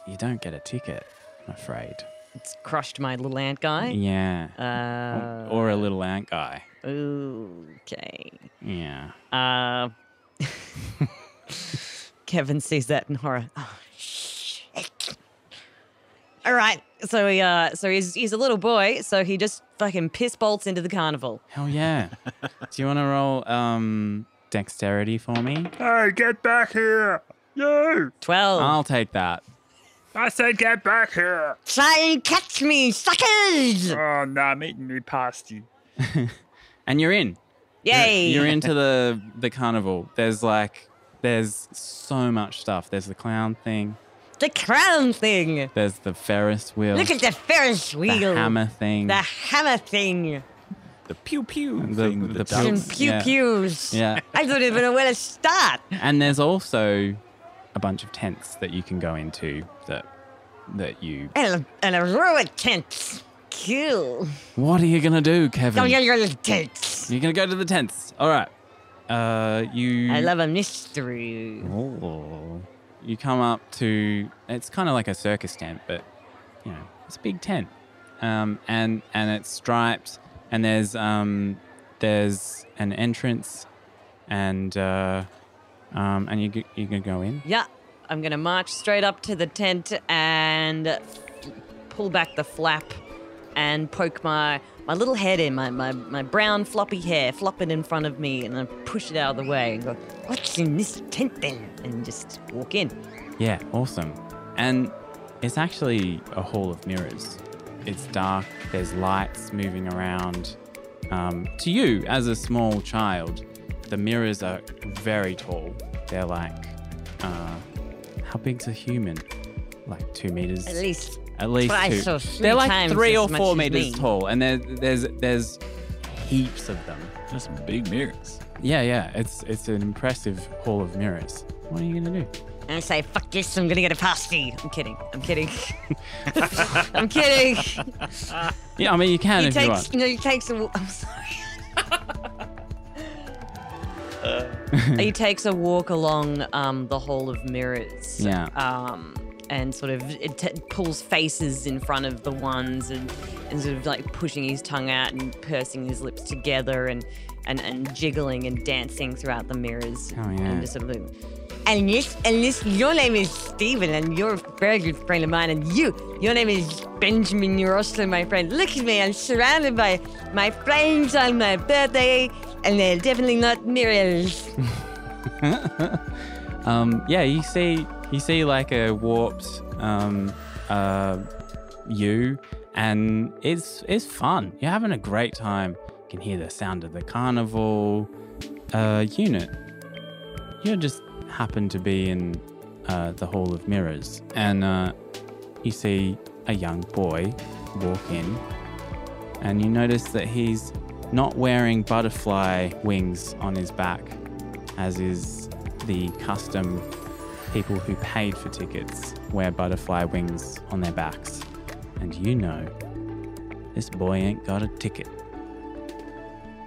Speaker 2: you don't get a ticket, I'm afraid.
Speaker 3: It's crushed my little ant guy.
Speaker 2: Yeah,
Speaker 3: Uh,
Speaker 2: or a little ant guy.
Speaker 3: okay.
Speaker 2: Yeah,
Speaker 3: Uh, Kevin sees that in horror. Oh,
Speaker 4: It
Speaker 3: All right. So he, uh, so he's he's a little boy. So he just fucking piss bolts into the carnival.
Speaker 2: Hell yeah. Do you want to roll um, dexterity for me?
Speaker 5: Hey, get back here! You!
Speaker 3: Twelve.
Speaker 2: I'll take that.
Speaker 5: I said get back here!
Speaker 4: Try and catch me, suckers!
Speaker 5: Oh, no, I'm eating me pasty.
Speaker 2: And you're in.
Speaker 3: Yay.
Speaker 2: You're into the the carnival. There's like there's so much stuff. There's the clown thing.
Speaker 4: The crown thing.
Speaker 2: There's the Ferris wheel.
Speaker 4: Look at the Ferris
Speaker 2: the
Speaker 4: wheel.
Speaker 2: hammer thing.
Speaker 4: The hammer thing.
Speaker 1: The pew pew
Speaker 2: The-
Speaker 1: thing with the,
Speaker 2: the
Speaker 1: ducks.
Speaker 4: Some
Speaker 2: Oops,
Speaker 4: pew
Speaker 2: Oh, yeah.
Speaker 4: pews.
Speaker 2: yeah.
Speaker 4: I don't even know where to start.
Speaker 2: And there's also a bunch of tents that you can go into that that you
Speaker 4: And a, and a row of tents.
Speaker 2: Mm.
Speaker 4: Cool.
Speaker 2: What are you gonna do, Kevin?
Speaker 4: I'm gonna go to tents.
Speaker 2: You're gonna go to the tents. Alright. Uh you
Speaker 4: I love a mystery.
Speaker 2: Oh. You come up to it's kind of like a circus tent, but you know it's a big tent, um, and and it's striped, and there's um, there's an entrance, and uh, um, and you g- you can go in.
Speaker 3: yeah. I'm gonna march straight up to the tent and pull back the flap and poke my my little head in my my, my brown floppy hair flopping in front of me and I push it out of the way and go
Speaker 4: What's in this tent then?
Speaker 3: and just walk in.
Speaker 2: Yeah, awesome. And it's actually a hall of mirrors. It's dark, there's lights moving around. Um, to you, as a small child, the mirrors are very tall. They're like, uh, how big's a human? Like two meters?
Speaker 4: At least
Speaker 2: At least
Speaker 4: twice
Speaker 2: two.
Speaker 4: or three
Speaker 2: They're like
Speaker 4: times
Speaker 2: three
Speaker 4: as
Speaker 2: or
Speaker 4: much
Speaker 2: four
Speaker 4: as me.
Speaker 2: meters tall, and there, there's there's heaps of them.
Speaker 1: There's some big mirrors.
Speaker 2: Yeah, yeah, it's it's an impressive hall of mirrors. What are you gonna do?
Speaker 4: I say, fuck this, I'm gonna get a pasty.
Speaker 3: I'm kidding. I'm kidding. I'm kidding.
Speaker 2: Yeah, I mean you can
Speaker 4: He
Speaker 2: if you want.
Speaker 4: takes, no, he takes a. I'm sorry.
Speaker 3: he takes a walk along um, the hall of mirrors.
Speaker 2: Yeah.
Speaker 3: Um, and sort of it t- pulls faces in front of the ones and, and sort of like pushing his tongue out and pursing his lips together and, and, and jiggling and dancing throughout the mirrors.
Speaker 2: Oh, yeah.
Speaker 3: And just sort of
Speaker 4: And this, and this, your name is Steven, and you're a very good friend of mine. And you, your name is Benjamin. You're also my friend. Look at me, I'm surrounded by my friends on my birthday, and they're definitely not mirrors.
Speaker 2: Um, yeah, you see, you see like a warped um, uh, you, and it's it's fun. You're having a great time. You can hear the sound of the carnival uh, unit. You just happen to be in uh, the hall of mirrors, and uh, you see a young boy walk in, and you notice that he's not wearing butterfly wings on his back as is the custom. People who paid for tickets wear butterfly wings on their backs. And you know, this boy ain't got a ticket.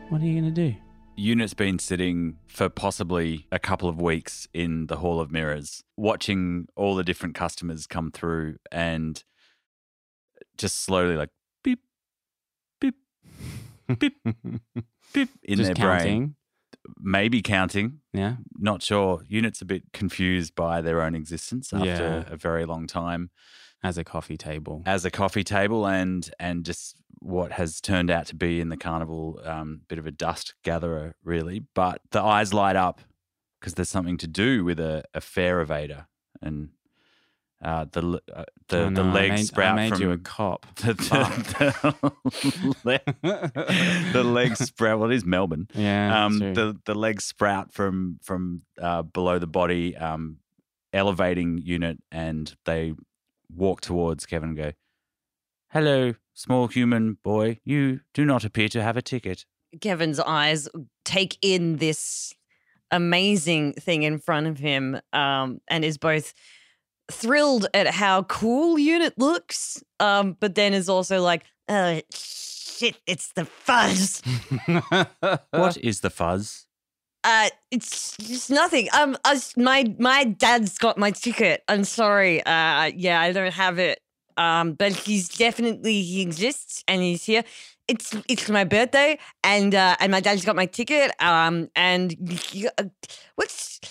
Speaker 2: What are you gonna do?
Speaker 1: Unit's been sitting for possibly a couple of weeks in the Hall of Mirrors, watching all the different customers come through and just slowly, like beep, beep, beep, beep in their
Speaker 2: Just
Speaker 1: brain.
Speaker 2: counting.
Speaker 1: Maybe counting,
Speaker 2: Yeah.
Speaker 1: not sure. Unit's a bit confused by their own existence after
Speaker 2: Yeah.
Speaker 1: a very long time
Speaker 2: As a coffee table.
Speaker 1: as a coffee table and and just what has turned out to be in the carnival um, bit of a dust gatherer really but the eyes light up because there's something to do with a, a fair evader and uh, the l- uh, the,
Speaker 2: Oh,
Speaker 1: the
Speaker 2: no, I
Speaker 1: legs
Speaker 2: made-
Speaker 1: sprout
Speaker 2: I made
Speaker 1: from
Speaker 2: you a cop.
Speaker 1: the, the, the, leg, the legs sprout well it is melbourne
Speaker 2: yeah.
Speaker 1: um,
Speaker 2: true.
Speaker 1: the the legs sprout from from uh, below the body, um, elevating unit, and they walk towards Kevin and go, "Hello, small human boy. You do not appear to have a ticket."
Speaker 3: Kevin's eyes take in this amazing thing in front of him um, and is both thrilled at how cool unit looks, um, but then is also like,
Speaker 4: Oh shit, it's the fuzz.
Speaker 1: What is the fuzz?
Speaker 4: Uh, it's just nothing. Um, us, my my dad's got my ticket. I'm sorry. Uh, yeah, I don't have it. Um, but he's definitely he exists and he's here. It's it's my birthday and uh, and my dad's got my ticket. Um, and you, uh, what's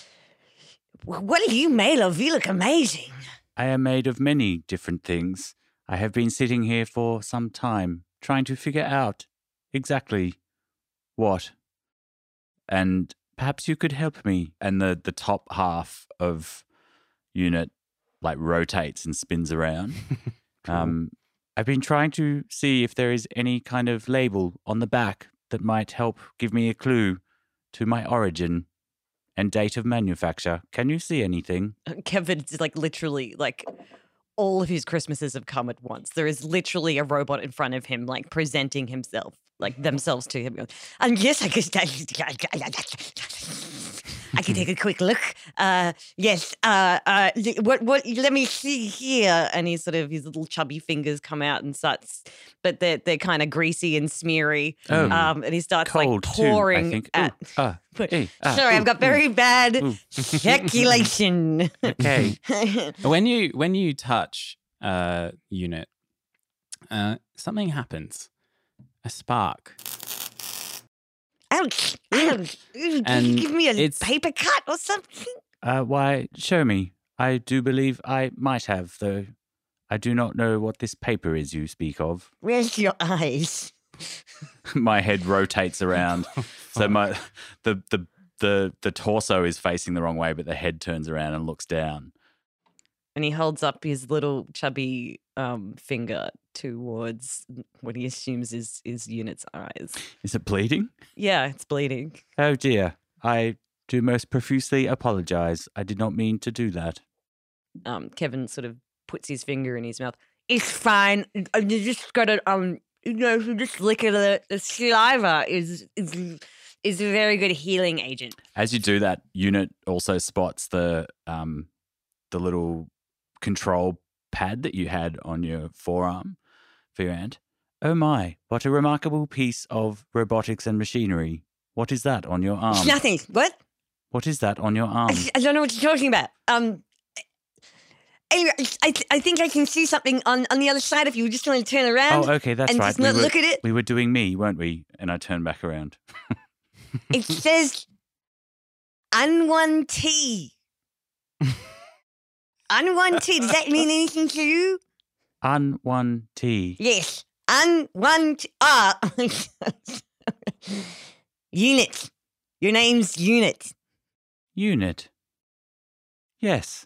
Speaker 4: what are you made of? You look amazing.
Speaker 1: I am made of many different things. I have been sitting here for some time trying to figure out exactly what. And perhaps you could help me. And the, the top half of unit like rotates and spins around. um, I've been trying to see if there is any kind of label on the back that might help give me a clue to my origin and date of manufacture. Can you see anything?
Speaker 3: Kevin is like literally like all of his Christmases have come at once. There is literally a robot in front of him, like presenting himself, like themselves to him.
Speaker 4: Um, yes, I can. I can take a quick look.
Speaker 3: Uh, yes. Uh, uh, l- what? What? Let me see here. And he sort of his little chubby fingers come out and starts, but they're they're kind of greasy and smeary.
Speaker 1: Oh,
Speaker 3: Um, and he starts
Speaker 1: cold
Speaker 3: like
Speaker 1: too.
Speaker 3: pouring
Speaker 1: I think. Ooh,
Speaker 3: at.
Speaker 1: ah, eh, ah,
Speaker 3: Sorry,
Speaker 1: ooh,
Speaker 3: I've got
Speaker 1: ooh.
Speaker 3: very bad
Speaker 1: Ooh.
Speaker 3: circulation.
Speaker 1: Okay.
Speaker 2: when you when you touch a unit, uh, something happens. A spark.
Speaker 4: Ouch! Ouch! Ooh, Can
Speaker 2: And
Speaker 4: you give me a
Speaker 2: it's-
Speaker 4: paper cut or something?
Speaker 1: Uh, why, show me. I do believe I might have, though. I do not know what this paper is you speak of.
Speaker 4: Where's your eyes?
Speaker 1: my head rotates around, so my the the the the torso is facing the wrong way, but the head turns around and looks down.
Speaker 3: and he holds up his little chubby um, finger towards what he assumes is is Unit's eyes.
Speaker 1: Is it bleeding?
Speaker 3: Yeah, it's bleeding.
Speaker 1: Oh dear! I do most profusely apologize. I did not mean to do that.
Speaker 3: Um, Kevin sort of puts his finger in his mouth. It's fine. You just gotta um, you know, if you just lick it. The, the saliva is is is a very good healing agent.
Speaker 1: As you do that, unit also spots the um the little control pad that you had on your forearm for your hand. Oh my! What a remarkable piece of robotics and machinery. What is that on your arm?
Speaker 4: It's nothing. What?
Speaker 1: What is that on your arm?
Speaker 4: I, I don't know what you're talking about. Um. Anyway, I, I, I think I can see something on, on the other side of you. Just want to turn around
Speaker 1: oh, okay, that's
Speaker 4: and
Speaker 1: right.
Speaker 4: just not
Speaker 1: we, were,
Speaker 4: look at it.
Speaker 1: we were doing me, weren't we? And I turned back around.
Speaker 4: It says unone T. unone T. Does that mean anything to you?
Speaker 1: Un one T.
Speaker 4: Yes. Unone T. Ah. Unit. Your name's Unit.
Speaker 1: Unit. Yes.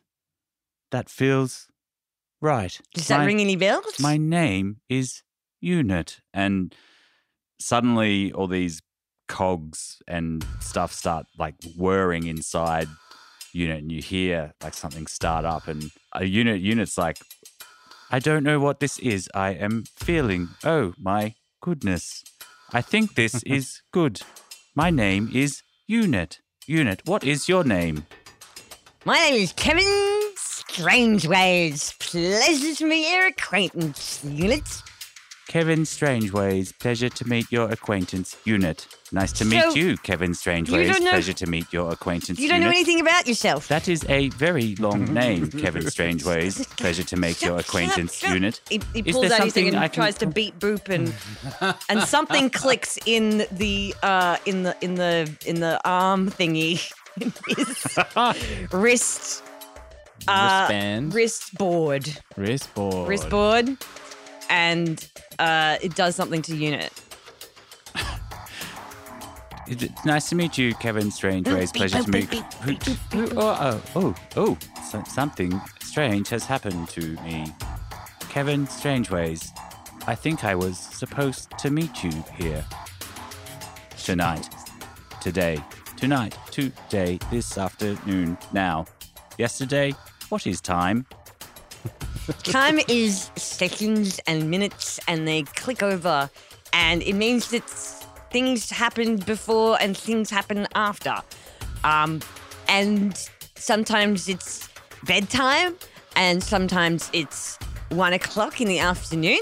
Speaker 1: That feels right.
Speaker 4: Does that
Speaker 1: my,
Speaker 4: ring any bells?
Speaker 1: my name is Unit. And suddenly all these cogs and stuff start like whirring inside unit and you hear like something start up and a unit unit's like I don't know what this is I am feeling oh my goodness I think this is good my name is unit unit what is your name
Speaker 4: My name is Kevin Strangeways. Pleasure to meet your acquaintance, Unit.
Speaker 1: Kevin Strangeways pleasure to meet your acquaintance unit nice to meet
Speaker 4: So,
Speaker 1: you Kevin Strangeways
Speaker 4: don't know-
Speaker 1: pleasure to meet your acquaintance
Speaker 4: You don't know
Speaker 1: unit.
Speaker 4: anything about yourself.
Speaker 1: That is a very long name, Kevin Strangeways. Pleasure to make your acquaintance, Unit.
Speaker 3: He, he
Speaker 1: Is
Speaker 3: pulls
Speaker 1: there
Speaker 3: out his thing
Speaker 1: something
Speaker 3: and
Speaker 1: I can-
Speaker 3: tries to beat Boop, and and something clicks in the uh, in the in the in the arm thingy, in his wrist Uh,
Speaker 2: Wristband.
Speaker 3: wrist board,
Speaker 2: wristboard.
Speaker 3: wrist board, and uh, it does something to Unit.
Speaker 1: It- it's Nice to meet you, Kevin Strangeways. Pleasure to meet. Who- who- Oh, oh, oh, oh! so- Something strange has happened to me, Kevin Strangeways. I think I was supposed to meet you here tonight, today, tonight, today, this afternoon, now, yesterday. What is time?
Speaker 4: Time is seconds and minutes, and they click over, and it means that s- things happened before and things happen after. Um, and sometimes it's bedtime, and sometimes it's one o'clock in the afternoon,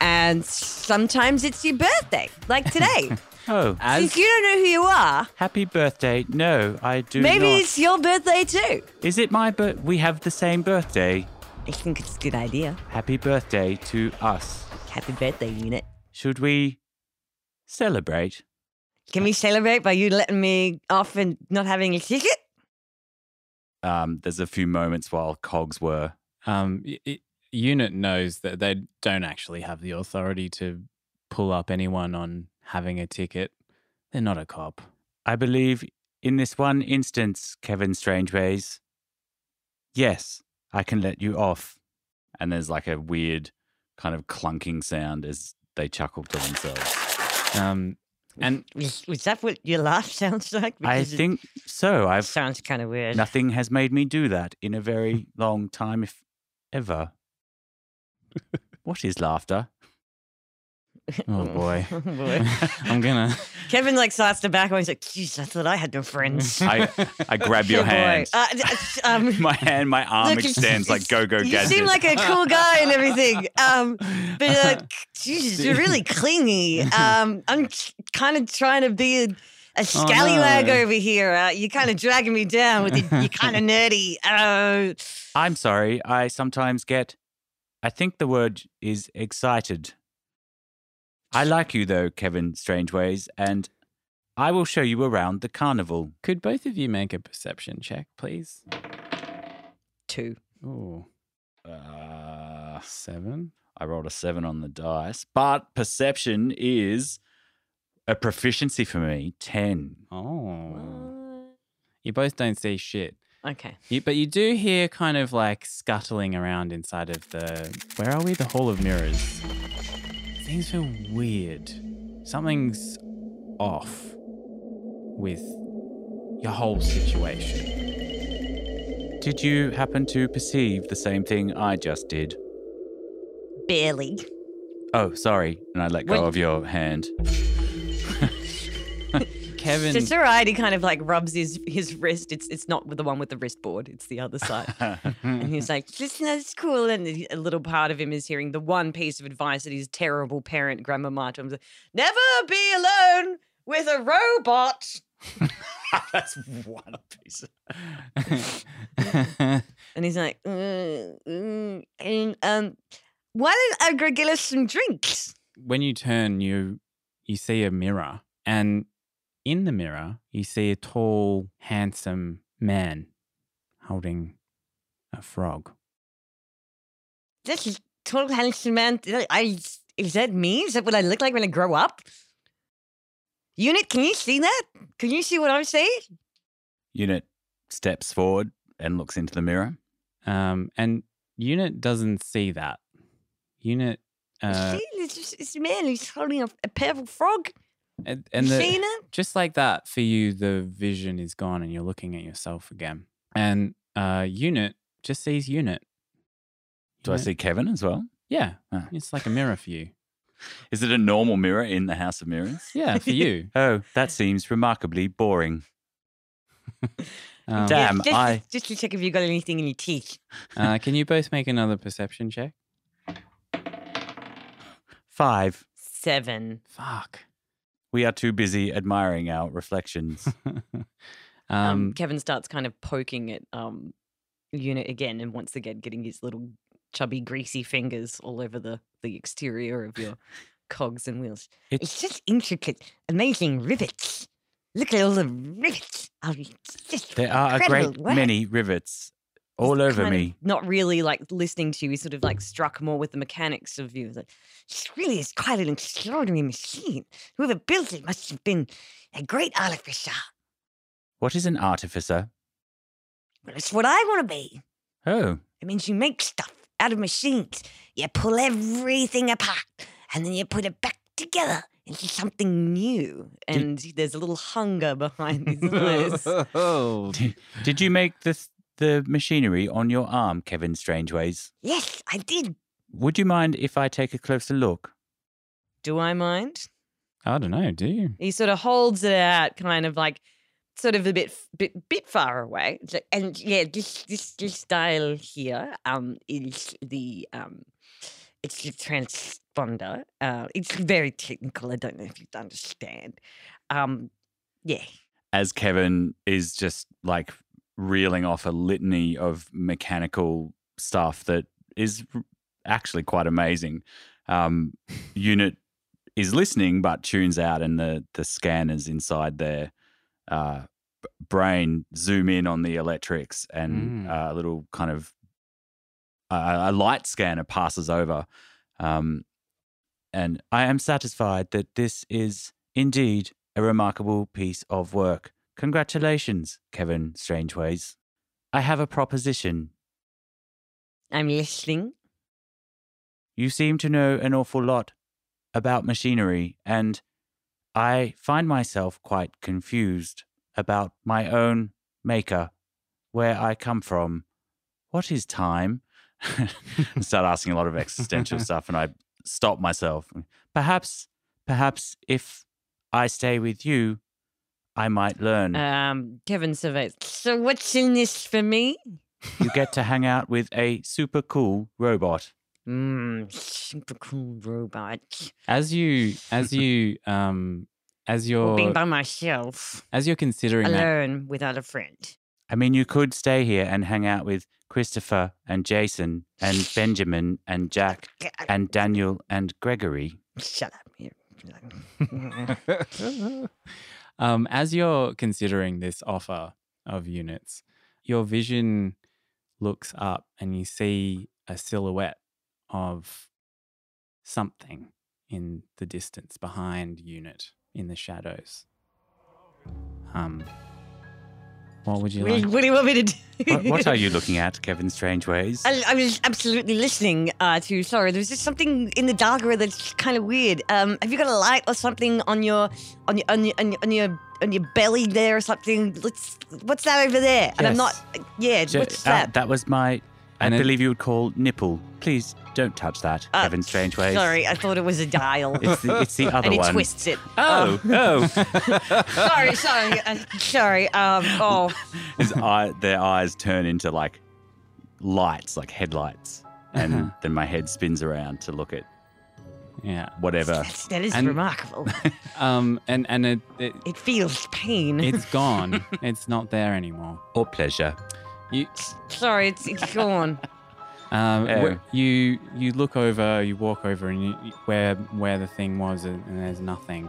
Speaker 4: and sometimes it's your birthday, like today.
Speaker 1: Oh,
Speaker 4: Since you don't know who you are,
Speaker 1: Happy birthday. No, I do
Speaker 4: maybe
Speaker 1: not.
Speaker 4: it's your birthday too.
Speaker 1: Is it my birth? We have the same birthday.
Speaker 4: I think it's a good idea.
Speaker 1: Happy birthday to us.
Speaker 4: Happy birthday, unit.
Speaker 1: Should we celebrate?
Speaker 4: Can we celebrate by you letting me off and not having a ticket?
Speaker 1: Um, there's a few moments while cogs were.
Speaker 2: Um, y- y- unit knows that they don't actually have the authority to pull up anyone on having a ticket. They're not a cop.
Speaker 1: I believe in this one instance, Kevin Strangeways, yes, I can let you off. And there's like a weird kind of clunking sound as they chuckle to themselves.
Speaker 2: Um, and
Speaker 4: Was, was that what your laugh sounds like?
Speaker 1: I
Speaker 4: Because it
Speaker 1: think so. I've
Speaker 4: sounds kind of weird.
Speaker 1: nothing has made me do that in a very long time, if ever. what is laughter?
Speaker 2: oh boy,
Speaker 4: Oh, boy.
Speaker 2: I'm gonna.
Speaker 4: Kevin like starts to back away. He's like, "Jeez, I thought I had no friends."
Speaker 1: I, I grab your
Speaker 4: Oh, boy.
Speaker 1: hand.
Speaker 4: Uh, d- uh, um,
Speaker 1: my hand, my arm
Speaker 4: look, it's-
Speaker 1: extends like
Speaker 4: it's-
Speaker 1: go go
Speaker 4: you
Speaker 1: gadget.
Speaker 4: seem like a cool guy and everything. Um, but uh, Jesus, you're really clingy. Um, I'm kind of trying to be a,
Speaker 1: Oh,
Speaker 4: a scallywag
Speaker 2: no.
Speaker 4: over here. Uh, you're kind of dragging me down with your, you're kind of nerdy. Uh,
Speaker 1: I'm sorry. I sometimes get. I think the word is excited. I like you though, Kevin Strangeways, and I will show you around the carnival.
Speaker 2: Could both of you make a perception check, please?
Speaker 3: Two.
Speaker 2: Ooh,
Speaker 1: Uh,
Speaker 2: seven.
Speaker 1: I rolled a seven on the dice, but perception is a proficiency for me. Ten.
Speaker 2: Oh, you both don't see shit.
Speaker 3: Okay.
Speaker 2: You, but you do hear kind of like scuttling around inside of the. Where are we? The Hall of Mirrors. Things feel weird. Something's off with your whole situation.
Speaker 1: Did you happen to perceive the same thing I just did?
Speaker 4: barely.
Speaker 1: Oh, sorry. And I let go
Speaker 2: Wait.
Speaker 1: of your hand.
Speaker 2: Kevin.
Speaker 3: It's all right. He kind of like rubs his, his wrist. It's it's not the one with the wristboard. It's the other side. and he's like, "Listen, that's cool." And he- a little part of him is hearing the one piece of advice that his terrible parent, Grandma March, was like, "Never be alone with a robot."
Speaker 1: That's one piece. Of-
Speaker 3: And he's like,
Speaker 4: Mm, mm, and, um, why don't I go get us some drinks?
Speaker 2: when you turn, you you see a mirror, and in the mirror, you see a tall, handsome man holding a frog.
Speaker 4: This is total handsome man. I is that me? Is that what I look like when I grow up? Unit, can you see that? Can you see what I'm seeing?
Speaker 1: Unit steps forward and looks into the mirror.
Speaker 2: Um, and Unit doesn't see that. Unit, uh,
Speaker 4: see, it's just it's a man who's holding a, a purple frog.
Speaker 2: and, and
Speaker 4: you
Speaker 2: the,
Speaker 4: seen it?
Speaker 2: just like that for you, the vision is gone, and you're looking at yourself again. And uh, Unit just sees Unit.
Speaker 1: Do I
Speaker 2: Unit-
Speaker 1: see Kevin as well?
Speaker 2: Yeah,
Speaker 1: Ah.
Speaker 2: it's like a mirror for you.
Speaker 1: Is it a normal mirror in the House of Mirrors?
Speaker 2: Yeah, for you.
Speaker 1: Oh, that seems remarkably boring.
Speaker 2: Um,
Speaker 1: Damn,
Speaker 4: just,
Speaker 1: I-
Speaker 4: just to check if you got anything in your teeth.
Speaker 2: uh, can you both make another perception check?
Speaker 1: Five.
Speaker 3: seven.
Speaker 2: Fuck.
Speaker 1: We are too busy admiring our reflections.
Speaker 2: um,
Speaker 3: Um, Kevin starts kind of poking at um, Unit again, and once again getting his little chubby, greasy fingers all over the the exterior of your cogs and wheels.
Speaker 4: It's just intricate, amazing rivets. Look at all the rivets. Oh, it's just
Speaker 1: There are a
Speaker 4: incredible
Speaker 1: great
Speaker 4: work.
Speaker 1: many rivets all
Speaker 3: He's
Speaker 1: over
Speaker 3: kind of
Speaker 1: me.
Speaker 3: Not really like listening to you. He's sort of like struck more with the mechanics of you. He's Like,
Speaker 4: This really is quite an extraordinary machine. Whoever built it must have been a great artificer.
Speaker 1: What is an artificer?
Speaker 4: Well, it's what I want to be.
Speaker 1: Oh,
Speaker 4: It means you make stuff out of machines. You pull everything apart and then you put it back together into something new.
Speaker 3: and there's a little hunger behind his eyes.
Speaker 2: oh.
Speaker 1: did you make the the machinery on your arm, Kevin Strangeways?
Speaker 4: Yes, I did.
Speaker 1: Would you mind if I take a closer look?
Speaker 3: Do I mind?
Speaker 2: I don't know. Do you?
Speaker 3: He sort of holds it out, kind of like, sort of a bit, bit, bit far away.
Speaker 4: It's like- And yeah, this this this style here um is the um it's the transponder. Uh, it's very technical. I don't know if you understand. Um, yeah.
Speaker 1: as Kevin is just like reeling off a litany of mechanical stuff that is r- actually quite amazing. Um, unit is listening but tunes out, and the the scanners inside their uh, b- brain zoom in on the electrics and
Speaker 2: Mm.
Speaker 1: uh, a little kind of a, a light scanner passes over. Um, and I am satisfied that this is indeed a remarkable piece of work. Congratulations, Kevin Strangeways. I have a proposition.
Speaker 4: I'm listening.
Speaker 1: You seem to know an awful lot about machinery, and I find myself quite confused about my own maker, where I come from. What is time? I Start asking a lot of existential stuff, and I stop myself. Perhaps, perhaps if I stay with you, I might learn.
Speaker 3: Um, Kevin surveys.
Speaker 4: So what's in this for me?
Speaker 1: you get to hang out with a super cool robot.
Speaker 4: Mmm, super cool robot.
Speaker 2: As you, as you, um, as
Speaker 4: Or being
Speaker 2: you're,
Speaker 4: by myself,
Speaker 2: as you're considering that,
Speaker 4: alone, without a friend.
Speaker 1: I mean, you could stay here and hang out with Christopher and Jason and Benjamin and Jack
Speaker 4: G- uh,
Speaker 1: and Daniel and Gregory.
Speaker 4: Shut up. you-
Speaker 2: um, as you're considering this offer of units, your vision looks up and you see a silhouette of something in the distance behind unit in the shadows. Um, what would you
Speaker 3: What do
Speaker 2: like?
Speaker 3: you- what do you want me to do?
Speaker 1: What, what are you looking at, Kevin Strangeways?
Speaker 4: I, I was absolutely listening uh, to. Sorry, there's just something in the dark area that's kind of weird. Um, have you got a light or something on your on your on your on your, on your, on your belly there or something? Let's. What's that over there? And I'm not. Yeah.
Speaker 1: J-
Speaker 4: what's
Speaker 1: uh,
Speaker 4: that?
Speaker 1: that was my. I
Speaker 2: And it-
Speaker 1: believe you would call nipple. Please don't touch that,
Speaker 4: Uh,
Speaker 1: Kevin Strangeways.
Speaker 4: Sorry, I thought it was a dial.
Speaker 1: It's the, it's the other
Speaker 4: and he
Speaker 1: one.
Speaker 4: twists it.
Speaker 1: Oh, oh.
Speaker 4: sorry, sorry, uh, sorry. Um, oh,
Speaker 1: His eye, their eyes turn into like lights, like headlights. And then my head spins around to look at
Speaker 2: Yeah.
Speaker 1: whatever.
Speaker 4: that's, that is
Speaker 2: And-
Speaker 4: remarkable.
Speaker 2: Um, and and it, it
Speaker 4: It feels pain.
Speaker 2: it's gone. it's not there anymore.
Speaker 1: Or pleasure.
Speaker 2: You
Speaker 4: sorry, it's, it's gone.
Speaker 1: Oh.
Speaker 2: Um, wh- you you look over, you walk over, and you, you- where where the thing was, and, and there's nothing.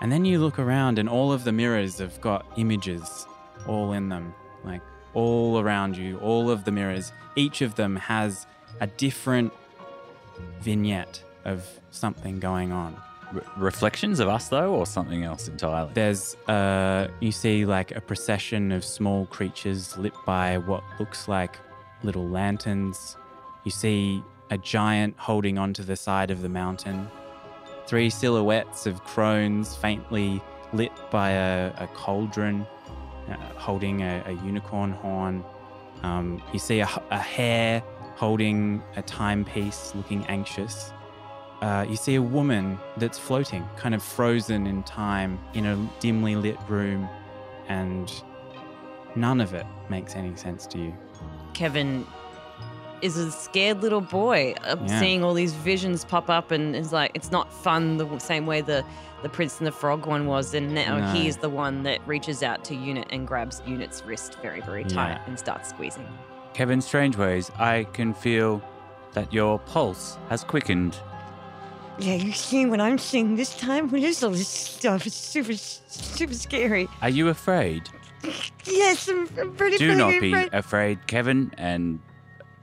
Speaker 2: And then you look around, and all of the mirrors have got images all in them, like all around you. All of the mirrors, each of them has a different vignette of something going on.
Speaker 1: Re- reflections of us, though, or something else entirely?
Speaker 2: There's uh, you see like a procession of small creatures lit by what looks like little lanterns. You see a giant holding onto the side of the mountain. Three silhouettes of crones faintly lit by a, a cauldron uh, holding a, a unicorn horn. Um, you see a, h- a hare holding a timepiece looking anxious uh, you see a woman that's floating, kind of frozen in time in a dimly lit room, and none of it makes any sense to you.
Speaker 3: Kevin is a scared little boy of
Speaker 2: Yeah.
Speaker 3: seeing all these visions pop up and is like it's not fun the w- same way the the prince and the frog one was and now
Speaker 2: No.
Speaker 3: he is the one that reaches out to unit and grabs unit's wrist very very tight
Speaker 2: Yeah.
Speaker 3: and starts squeezing
Speaker 1: Kevin Strangeways, I can feel that your pulse has quickened.
Speaker 4: Yeah, you see what I'm seeing this time? What is all this stuff? It's super, super scary.
Speaker 1: Are you afraid?
Speaker 4: Yes, I'm, I'm pretty,
Speaker 1: Do
Speaker 4: pretty
Speaker 1: not be
Speaker 4: afraid.
Speaker 1: afraid, Kevin. And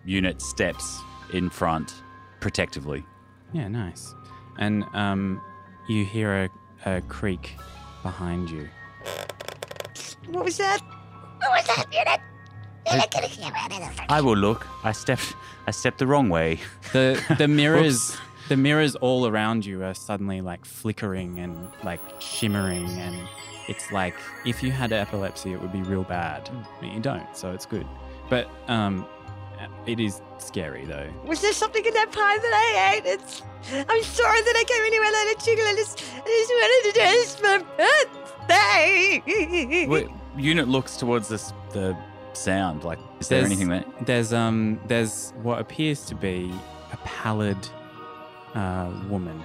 Speaker 1: unit steps in front protectively.
Speaker 2: Yeah, nice. And um, you hear a, a creak behind you.
Speaker 4: What was that?
Speaker 1: I will look. I stepped. I stepped the wrong way.
Speaker 2: The the mirrors the mirrors all around you are suddenly like flickering and like shimmering and it's like if you had epilepsy it would be real bad. But you don't, so it's good. But um it is scary though.
Speaker 4: Was there something in that pie that I ate? It's. I'm sorry that I came anywhere like a chicken. I just, I just wanted to dance my birthday.
Speaker 1: Wait, unit looks towards this the sound. Like, is there
Speaker 2: There's-
Speaker 1: anything that?
Speaker 2: There's um there's what appears to be a pallid uh, woman.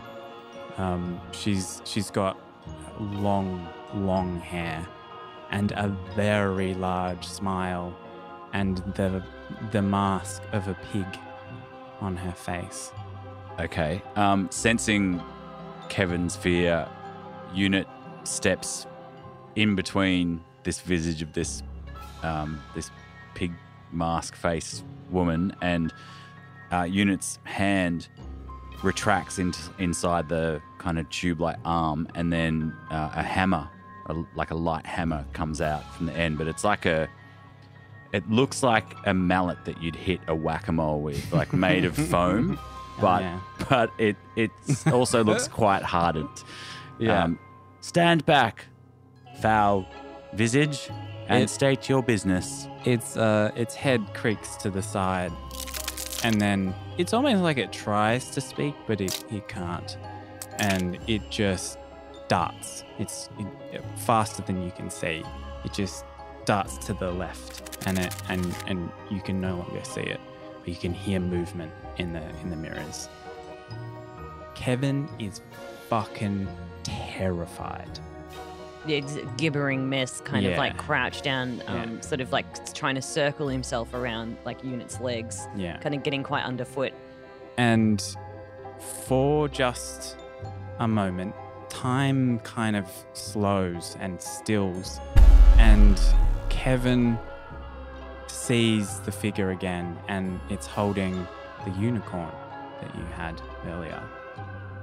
Speaker 2: Um, she's she's got long long hair and a very large smile and the the mask of a pig on her face.
Speaker 1: Okay. Um, sensing Kevin's fear, unit steps in between this visage of this um, this pig mask face woman, and uh, Unit's hand retracts into inside the kind of tube-like arm, and then uh, a hammer, a, like a light hammer, comes out from the end. But it's like a, it looks like a mallet that you'd hit a whack-a-mole with, like made of foam, but
Speaker 2: yeah.
Speaker 1: but it it also looks quite hardened. Um,
Speaker 6: Yeah.
Speaker 1: stand back, foul visage, and
Speaker 6: It-
Speaker 1: state your business.
Speaker 2: Its uh, its head creaks to the side, and then it's almost like it tries to speak, but it, it can't, and it just darts. It's it, it- faster than you can see. It just darts to the left, and it and and you can no longer see it, but you can hear movement in the in the mirrors. Kevin is fucking terrified.
Speaker 3: It's a gibbering mess, kind
Speaker 2: Yeah.
Speaker 3: of like crouched down,
Speaker 2: Yeah.
Speaker 3: um, sort of like trying to circle himself around like Unit's legs,
Speaker 2: Yeah.
Speaker 3: kind of getting quite underfoot.
Speaker 2: And for just a moment, time kind of slows and stills, and Kevin sees the figure again, and it's holding the unicorn that you had earlier.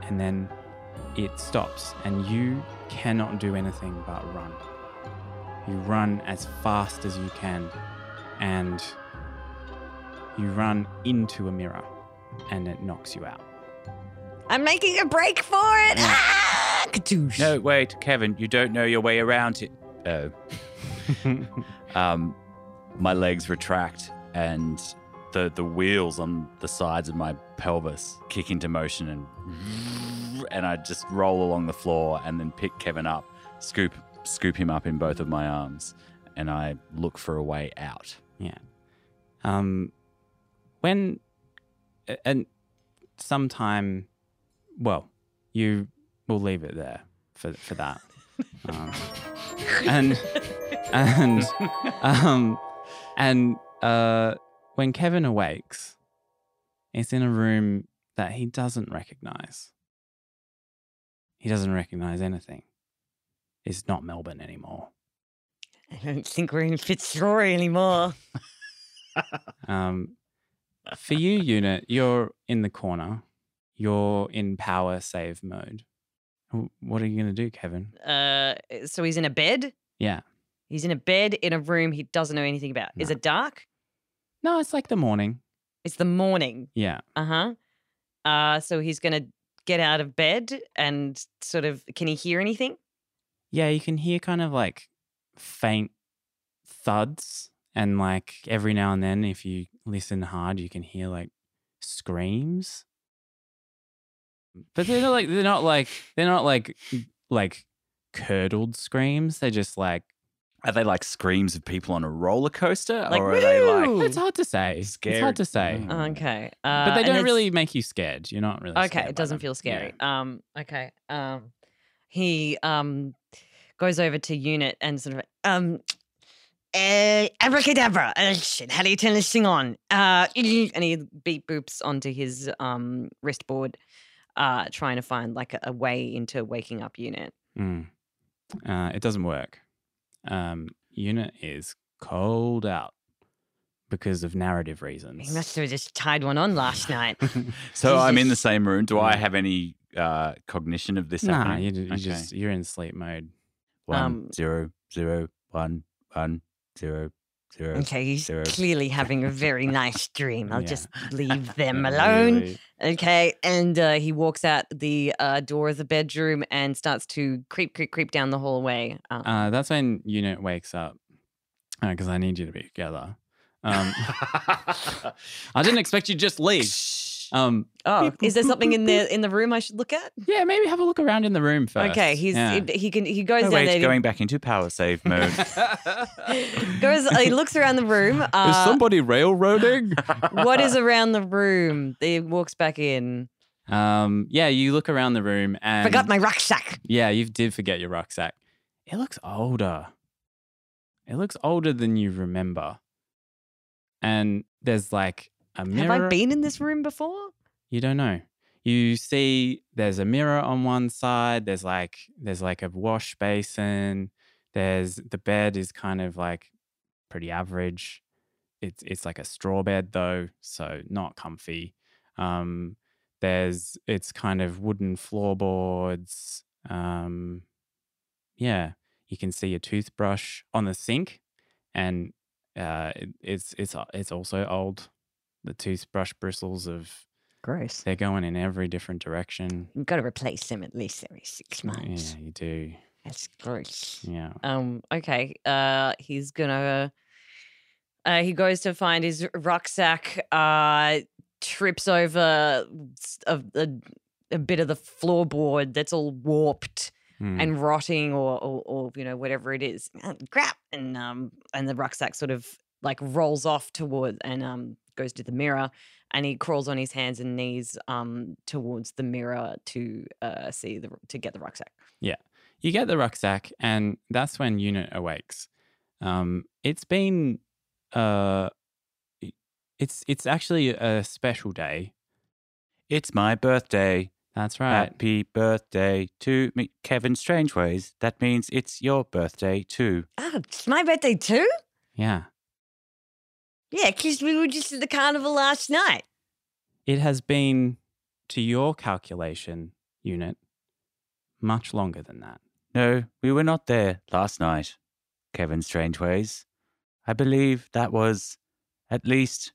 Speaker 2: And then it stops, and you cannot do anything but run. You run as fast as you can, and you run into a mirror and it knocks you out.
Speaker 4: I'm making a break for it. Ah, kadoosh.
Speaker 1: Mm. No, wait, Kevin, you don't know your way around it. Oh. um, my legs retract and the the wheels on the sides of my pelvis kick into motion and and I just roll along the floor and then pick Kevin up, scoop scoop him up in both of my arms, and I look for a way out.
Speaker 2: Yeah. Um, when a- and sometime, well, you will leave it there for for that. Um, and and um, and uh, when Kevin awakes, it's in a room that he doesn't recognize. He doesn't recognize anything. It's not Melbourne anymore.
Speaker 4: I don't think we're in Fitzroy anymore.
Speaker 2: Um, for you, unit, you're in the corner. You're in power save mode. Wh- What are you going to do, Kevin?
Speaker 3: Uh, so he's in a bed.
Speaker 2: Yeah.
Speaker 3: He's in a bed in a room he doesn't know anything about. Is
Speaker 2: No.
Speaker 3: it dark?
Speaker 2: No, it's like the morning.
Speaker 3: It's the morning.
Speaker 2: Yeah.
Speaker 3: Uh-huh. Uh So he's gonna get out of bed and sort of. Can he hear anything?
Speaker 2: Yeah, you can hear kind of like faint thuds. And like every now and then, if you listen hard, you can hear like screams. But they're not like, they're not like, they're not like, like curdled screams. They're just like,
Speaker 1: Are they like screams of people on a roller coaster,
Speaker 3: Like,
Speaker 1: or are they like?
Speaker 3: "Woo!"
Speaker 2: it's hard to say. It's
Speaker 1: Scared.
Speaker 2: hard to say.
Speaker 1: Mm.
Speaker 3: Okay. Uh,
Speaker 2: but they
Speaker 3: and
Speaker 2: don't
Speaker 3: it's-
Speaker 2: really make you scared. You're not really
Speaker 3: Okay,
Speaker 2: scared by
Speaker 3: it doesn't
Speaker 2: them.
Speaker 3: feel scary.
Speaker 2: Yeah.
Speaker 3: Um, okay. Um, he um goes over to unit and sort of "Eh,
Speaker 4: Um, uh, abracadabra. Uh, shit, how do you turn this thing on? Uh,
Speaker 3: and he beep boops onto his um wristboard, uh, trying to find like a, a way into waking up unit.
Speaker 2: Mm. Uh, it doesn't work. Um, unit is cold out because of narrative
Speaker 4: he
Speaker 2: reasons.
Speaker 4: must have just tied one on last night.
Speaker 1: So I'm in the
Speaker 4: Jesus.
Speaker 1: same room. Do I
Speaker 2: Yeah.
Speaker 1: have any uh, cognition of this?
Speaker 2: nah,
Speaker 1: happening?
Speaker 2: you, you
Speaker 1: Okay.
Speaker 2: just you're in sleep mode.
Speaker 1: One
Speaker 3: Um,
Speaker 1: zero zero one one zero zero.
Speaker 4: Okay, he's
Speaker 1: Zero.
Speaker 4: clearly having a very nice dream. I'll
Speaker 2: Yeah.
Speaker 4: just leave them
Speaker 2: Not
Speaker 4: alone.
Speaker 2: really.
Speaker 3: Okay, and uh, he walks out the uh, door of the bedroom and starts to creep, creep, creep down the hallway. Uh,
Speaker 2: Uh, that's when unit wakes up because I need you to be together. Um, I didn't expect you to just leave. Um,
Speaker 3: oh,
Speaker 2: beep,
Speaker 3: is there
Speaker 2: boop,
Speaker 3: something
Speaker 2: boop,
Speaker 3: in the in the room I should look at?
Speaker 2: yeah, maybe have a look around in the room first.
Speaker 3: Okay, he's
Speaker 2: Yeah.
Speaker 3: he, he can he goes
Speaker 1: Oh,
Speaker 3: down
Speaker 1: wait,
Speaker 3: there.
Speaker 1: it's going back into power save mode.
Speaker 3: goes he looks around the room. Uh,
Speaker 2: is somebody railroading?
Speaker 3: what is around the room? He walks back in.
Speaker 2: Um, yeah, you look around the room and
Speaker 4: Forgot my rucksack.
Speaker 2: Yeah, you did forget your rucksack. It looks older. It looks older than you remember. And there's like a mirror.
Speaker 3: Have I been in this room before?
Speaker 2: You don't know. You see there's a mirror on one side, there's like there's like a wash basin, there's the bed is kind of like pretty average. It's it's like a straw bed though, so not comfy. Um, there's it's kind of wooden floorboards. Um, yeah, you can see a toothbrush on the sink, and uh, it, it's it's it's also old. The toothbrush bristles of
Speaker 4: Gross.
Speaker 2: they're going in every different direction.
Speaker 4: You've got to replace them at least every six months.
Speaker 2: Yeah, you do.
Speaker 4: That's gross.
Speaker 2: Yeah.
Speaker 3: Um. Okay. Uh. He's gonna. Uh. He goes to find his rucksack. Uh. Trips over s- a, a, a bit of the floorboard that's all warped
Speaker 2: Mm.
Speaker 3: and rotting, or, or or you know whatever it is.
Speaker 4: Oh, crap.
Speaker 3: And um. And the rucksack sort of like rolls off towards and um goes to the mirror, and he crawls on his hands and knees um towards the mirror to uh see the to get the rucksack.
Speaker 2: you get the rucksack, and that's when Unit awakes. Um, it's been, uh, i- it's it's actually a special day.
Speaker 1: It's my birthday.
Speaker 2: That's right.
Speaker 1: Happy birthday to me, Kevin Strangeways. That means it's your birthday too.
Speaker 4: Oh,
Speaker 3: Ah,
Speaker 4: it's my birthday too?
Speaker 2: Yeah,
Speaker 4: Yeah, because we were just at the carnival last night.
Speaker 2: it has been, to your calculation, Unit, much longer than that.
Speaker 1: No, we were not there last night, Kevin Strangeways. I believe that was at least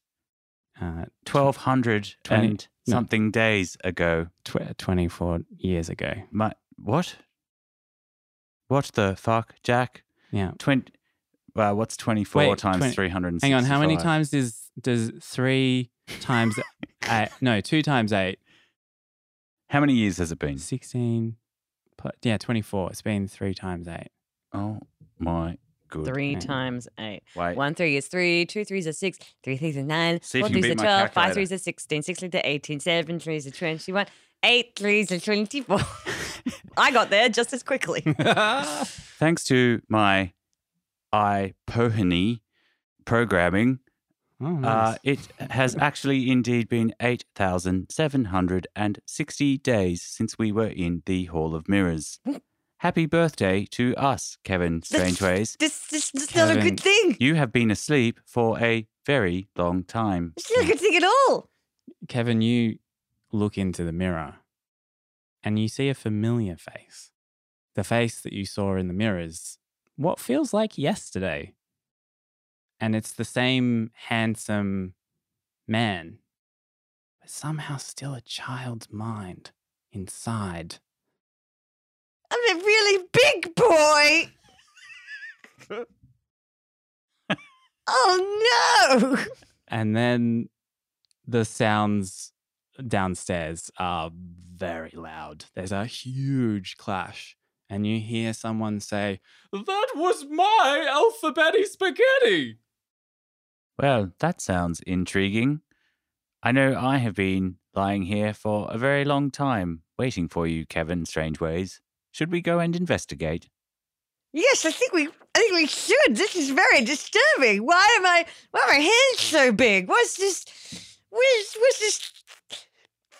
Speaker 2: Uh,
Speaker 1: 1200
Speaker 2: Twenty-
Speaker 1: and
Speaker 2: no.
Speaker 1: something days ago.
Speaker 2: tw- twenty-four years ago.
Speaker 1: My, what? What the fuck, Jack?
Speaker 2: Yeah.
Speaker 1: 20, well, what's 24
Speaker 2: Wait,
Speaker 1: times
Speaker 2: twen-
Speaker 1: three hundred and sixty?
Speaker 2: Hang on, how many times is does three times eight? No, two times eight.
Speaker 1: How many years has it been?
Speaker 2: 16 plus, yeah 24 it's been three times eight
Speaker 1: Oh my good.
Speaker 3: Three
Speaker 2: Okay.
Speaker 3: times eight.
Speaker 1: Wait.
Speaker 3: One three is three, two threes are six, three threes are nine,
Speaker 1: See if
Speaker 3: four
Speaker 1: you can
Speaker 3: threes are
Speaker 1: beat my
Speaker 3: twelve, five
Speaker 1: calculator.
Speaker 3: threes are sixteen, six threes are eighteen, seven threes are twenty-one, eight threes are twenty-four. I got there just as quickly.
Speaker 1: Thanks to my iPohony programming,
Speaker 2: Oh,
Speaker 1: uh,
Speaker 2: nice.
Speaker 1: it has actually indeed been 8,760 days since we were in the Hall of Mirrors. Happy birthday to us, Kevin Strangeways.
Speaker 4: This this, this is not a
Speaker 2: Kevin.
Speaker 4: good thing.
Speaker 1: You have been asleep for a very long time.
Speaker 4: It's not a good thing at all.
Speaker 2: kevin you look into the mirror and you see a familiar face the face that you saw in the mirrors what feels like yesterday and it's the same handsome man but somehow still a child's mind inside
Speaker 4: I'm a really big boy. oh no.
Speaker 2: And then the sounds downstairs are very loud. There's a huge clash, and you hear someone say, That was my alphabetti spaghetti.
Speaker 1: Well, that sounds intriguing. I know I have been lying here for a very long time waiting for you, Kevin Strangeways. Should we go and investigate?
Speaker 4: Yes, I think we I think we should. This is very disturbing. Why am I why are my hands so big? What's this what is what's this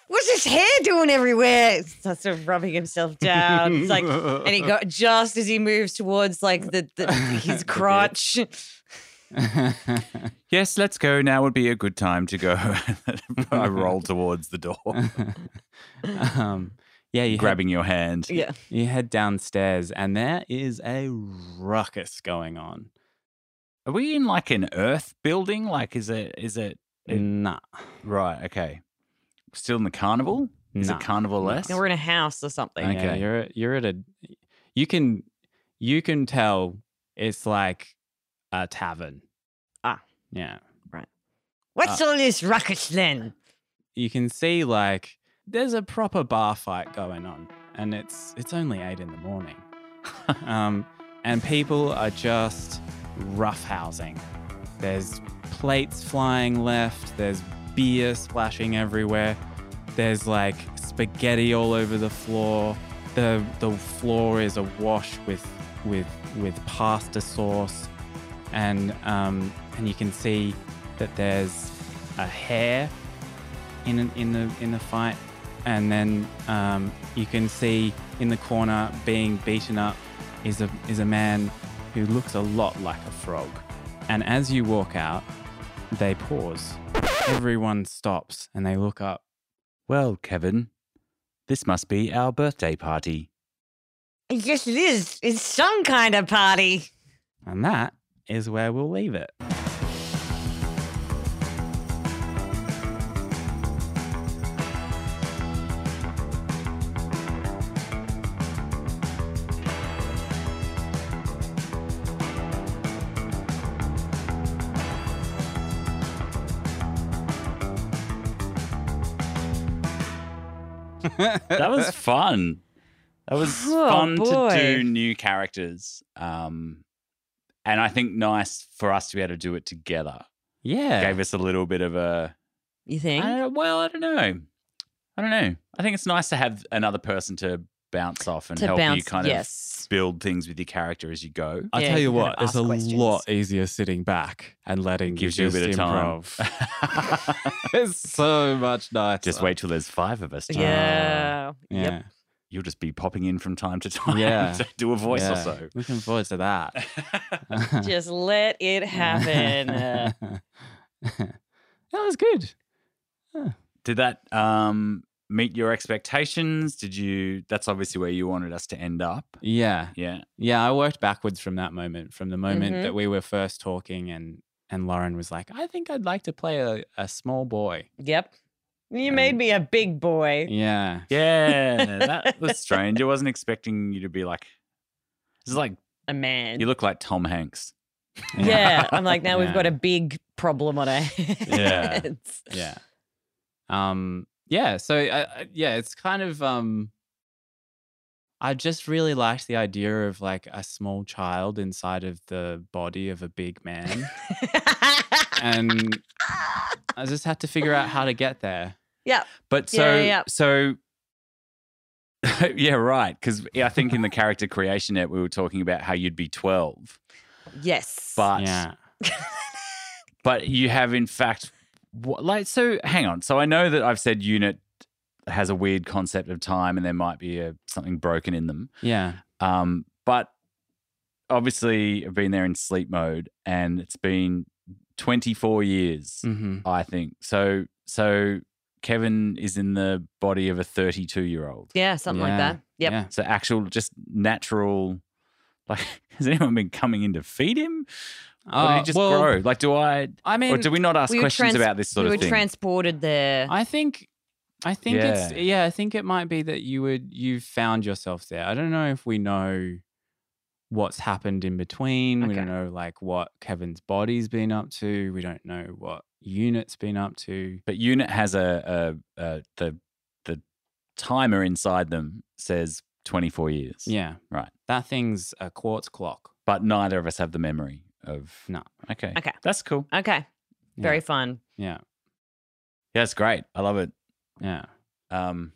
Speaker 4: what's this hair doing everywhere?
Speaker 3: Starts sort of rubbing himself down. It's like Uh, and he go just as he moves towards like the, the his
Speaker 2: The bit.
Speaker 3: crotch.
Speaker 1: Yes, let's go. Now would be a good time to go. I roll towards the door,
Speaker 2: um, yeah, you head,
Speaker 1: grabbing your hand.
Speaker 3: yeah.
Speaker 2: you head downstairs, and there is a ruckus going on.
Speaker 1: Are we in like an earth building? Like, is it, is it, It-
Speaker 2: nah,
Speaker 1: right, okay. Still in the carnival? Is
Speaker 2: nah.
Speaker 1: it carnival less?
Speaker 3: No, we're in a house or something.
Speaker 1: Okay.
Speaker 2: Yeah, you're at- you're at a you can you can tell it's like a tavern.
Speaker 3: Ah.
Speaker 2: Yeah.
Speaker 4: What's all this ruckus then?
Speaker 2: You can see like there's a proper bar fight going on and it's it's only 8 in the morning. um and people are just roughhousing. There's plates flying left, there's beer splashing everywhere. There's like spaghetti all over the floor. The the floor is awash with with with pasta sauce, and um, and you can see that there's a hair in an, in the in the fight, and then um, you can see in the corner being beaten up is a is a man who looks a lot like a frog. And as you walk out, They pause. Everyone stops and they look up.
Speaker 1: Well, Kevin, this must be our birthday party.
Speaker 4: I guess it is. It's some kind of party.
Speaker 2: And that is where we'll leave it.
Speaker 1: That was fun. That was
Speaker 3: Oh,
Speaker 1: fun to
Speaker 3: boy.
Speaker 1: do new characters. Um, and I think nice for us to be able to do it together.
Speaker 2: yeah.
Speaker 1: Gave us a little bit of a
Speaker 3: You think?
Speaker 1: I don't- Uh, well, I don't know. I don't know. I think it's nice to have another person to bounce off and
Speaker 3: to
Speaker 1: help
Speaker 3: bounce.
Speaker 1: you kind of
Speaker 3: yes.
Speaker 1: build things with your character as you go.
Speaker 2: I'll
Speaker 3: Yeah,
Speaker 2: tell
Speaker 3: you
Speaker 2: you
Speaker 3: can
Speaker 2: what, it's
Speaker 3: ask
Speaker 2: a
Speaker 3: questions.
Speaker 2: lot easier sitting back and letting
Speaker 1: Gives
Speaker 2: you
Speaker 1: you a
Speaker 2: just
Speaker 1: bit of time.
Speaker 2: improv. it's so much nicer.
Speaker 1: just wait till there's five of us. John.
Speaker 3: yeah.
Speaker 2: Yeah.
Speaker 3: Yep.
Speaker 1: You'll just be popping in from time to time
Speaker 2: Yeah.
Speaker 1: to do a voice
Speaker 2: yeah.
Speaker 1: or so.
Speaker 2: Looking forward to that.
Speaker 3: Just let it happen. Uh,
Speaker 2: that was good.
Speaker 1: Did that um, meet your expectations? Did you? That's obviously where you wanted us to end up.
Speaker 2: Yeah.
Speaker 1: Yeah.
Speaker 2: Yeah. I worked backwards from that moment, from the moment
Speaker 3: Mhm.
Speaker 2: that we were first talking and and Lauren was like, I think I'd like to play a, a small boy.
Speaker 3: yep. You made me a big boy.
Speaker 2: Yeah.
Speaker 1: Yeah. that was strange. I wasn't expecting you to be like. It's like
Speaker 3: A man.
Speaker 1: you look like Tom Hanks.
Speaker 3: yeah. I'm like, now
Speaker 2: Yeah.
Speaker 3: we've got a big problem on our hands.
Speaker 1: Yeah.
Speaker 2: yeah um yeah so I, I- yeah it's kind of um i just really liked the idea of like a small child inside of the body of a big man and i just had to figure out how to get there
Speaker 1: But so
Speaker 3: Yeah, yeah.
Speaker 1: so yeah, right. Because I think in the character creation app we were talking about how you'd be twelve,
Speaker 3: yes.
Speaker 1: but
Speaker 2: yeah
Speaker 1: but you have in fact what, like so. Hang on. So I know that I've said unit has a weird concept of time, and there might be a, something broken in them.
Speaker 2: yeah
Speaker 1: Um, but obviously, I've been there in sleep mode, and it's been twenty four years.
Speaker 2: mm-hmm.
Speaker 1: I think so. So Kevin is in the body of a thirty two year old.
Speaker 3: yeah, something
Speaker 2: Yeah.
Speaker 3: like that. Yep.
Speaker 2: yeah
Speaker 1: So actual, just natural. Like, has anyone been coming in to feed him? Or did
Speaker 2: Uh,
Speaker 1: he just
Speaker 2: well,
Speaker 1: grow? Like, do I?
Speaker 2: i mean
Speaker 1: or do we not ask
Speaker 3: we were
Speaker 1: questions
Speaker 3: trans-
Speaker 1: about this sort
Speaker 3: we
Speaker 1: of
Speaker 3: were
Speaker 1: thing?
Speaker 3: transported there.
Speaker 2: I think I think it's
Speaker 1: Yeah.
Speaker 2: yeah, I think it might be that you would you found yourself there. I don't know if we know what's happened in between. We don't know like what Kevin's body's been up to. We don't know what unit's been up to.
Speaker 1: but Unit has a, a, a the the timer inside them says twenty four years.
Speaker 2: Yeah.
Speaker 1: Right.
Speaker 2: That thing's a quartz clock.
Speaker 1: But neither of us have the memory of.
Speaker 2: No.
Speaker 1: Okay.
Speaker 3: Okay.
Speaker 1: That's cool.
Speaker 3: okay.
Speaker 2: Yeah.
Speaker 3: Very fun.
Speaker 2: Yeah.
Speaker 1: Yeah, it's great. I love it.
Speaker 2: Yeah.
Speaker 1: Um,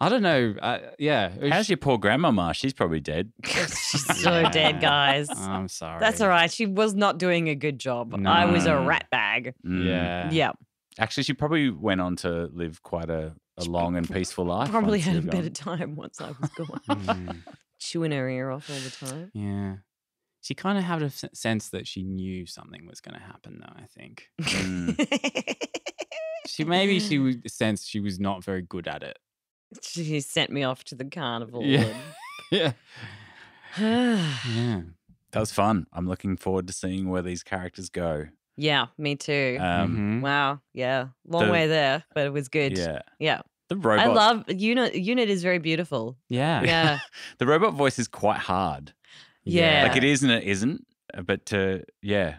Speaker 2: I don't know. I, yeah. it
Speaker 1: how's
Speaker 2: sh-
Speaker 1: your poor grandmama? She's probably dead.
Speaker 3: She's so
Speaker 2: Yeah.
Speaker 3: dead, guys.
Speaker 2: I'm sorry.
Speaker 3: That's all right. She was not doing a good job. I was a
Speaker 1: No.
Speaker 3: rat bag.
Speaker 1: Mm.
Speaker 2: Yeah.
Speaker 3: Yeah.
Speaker 1: Actually, she probably went on to live quite a, a
Speaker 3: She
Speaker 1: long and peaceful life.
Speaker 3: Probably
Speaker 1: once
Speaker 3: had a
Speaker 1: you're gone.
Speaker 3: better time once I was gone.
Speaker 2: Mm,
Speaker 3: Chewing her ear off all the time.
Speaker 2: yeah. She kind of had a s- sense that she knew something was going to happen, though, I think.
Speaker 1: Mm.
Speaker 2: she maybe she w- sensed she was not very good at it.
Speaker 3: she sent me off to the carnival.
Speaker 2: Yeah. Yeah.
Speaker 3: and-
Speaker 2: Yeah.
Speaker 1: That was fun. I'm looking forward to seeing where these characters go.
Speaker 3: yeah, Mm-hmm. me too.
Speaker 1: Um,
Speaker 2: Mhm.
Speaker 3: wow. Yeah. Long
Speaker 1: the-
Speaker 3: way there, but it was good.
Speaker 1: Yeah,
Speaker 3: Yeah.
Speaker 1: the robot.
Speaker 3: I love unit unit is very beautiful.
Speaker 2: Yeah.
Speaker 3: Yeah.
Speaker 1: the robot voice is quite hard.
Speaker 3: Yeah.
Speaker 1: Like it is and it isn't. uh, But uh, yeah,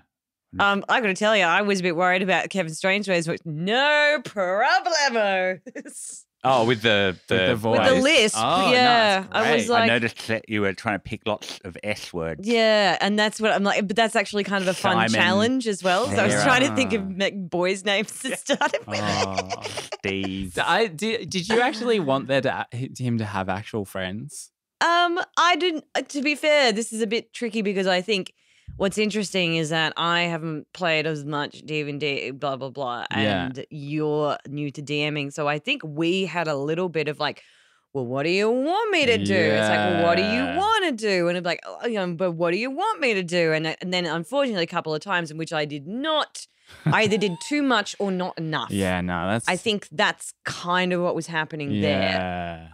Speaker 3: um, I gotta tell you, I was a bit worried about Kevin Strangeways, which no problemo.
Speaker 1: oh, with the the,
Speaker 2: With the
Speaker 3: With
Speaker 2: voice.
Speaker 3: the
Speaker 2: Right.
Speaker 3: lisp.
Speaker 2: Oh, no,
Speaker 3: yeah.
Speaker 2: it's
Speaker 3: I was
Speaker 2: great.
Speaker 3: like
Speaker 1: noticed that you were trying to pick lots of S words.
Speaker 3: Yeah, and that's what I'm like. But that's actually kind of a fun
Speaker 1: Simon,
Speaker 3: challenge as well. So I was
Speaker 1: Sarah.
Speaker 3: trying to think
Speaker 1: Ah.
Speaker 3: of me- boys' names to start it with.
Speaker 2: Oh.
Speaker 1: Steve.
Speaker 2: D- I did. Did you actually want there to a- him to have actual friends?
Speaker 3: Um, I didn't. uh, To be fair, this is a bit tricky because I think what's interesting is that I haven't played as much D and D, blah blah blah,
Speaker 2: Yeah.
Speaker 3: and you're new to DMing. So I think we had a little bit of like, well, what do you want me to do? It's like, well, what do you
Speaker 1: Yeah.
Speaker 3: want to do? And I'm like, oh, you know, but what do you want me to do? And, I- and then unfortunately, a couple of times in which I did not, I either did too much or not enough.
Speaker 2: Yeah, no, that's.
Speaker 3: I think that's kind of what was happening
Speaker 2: Yeah.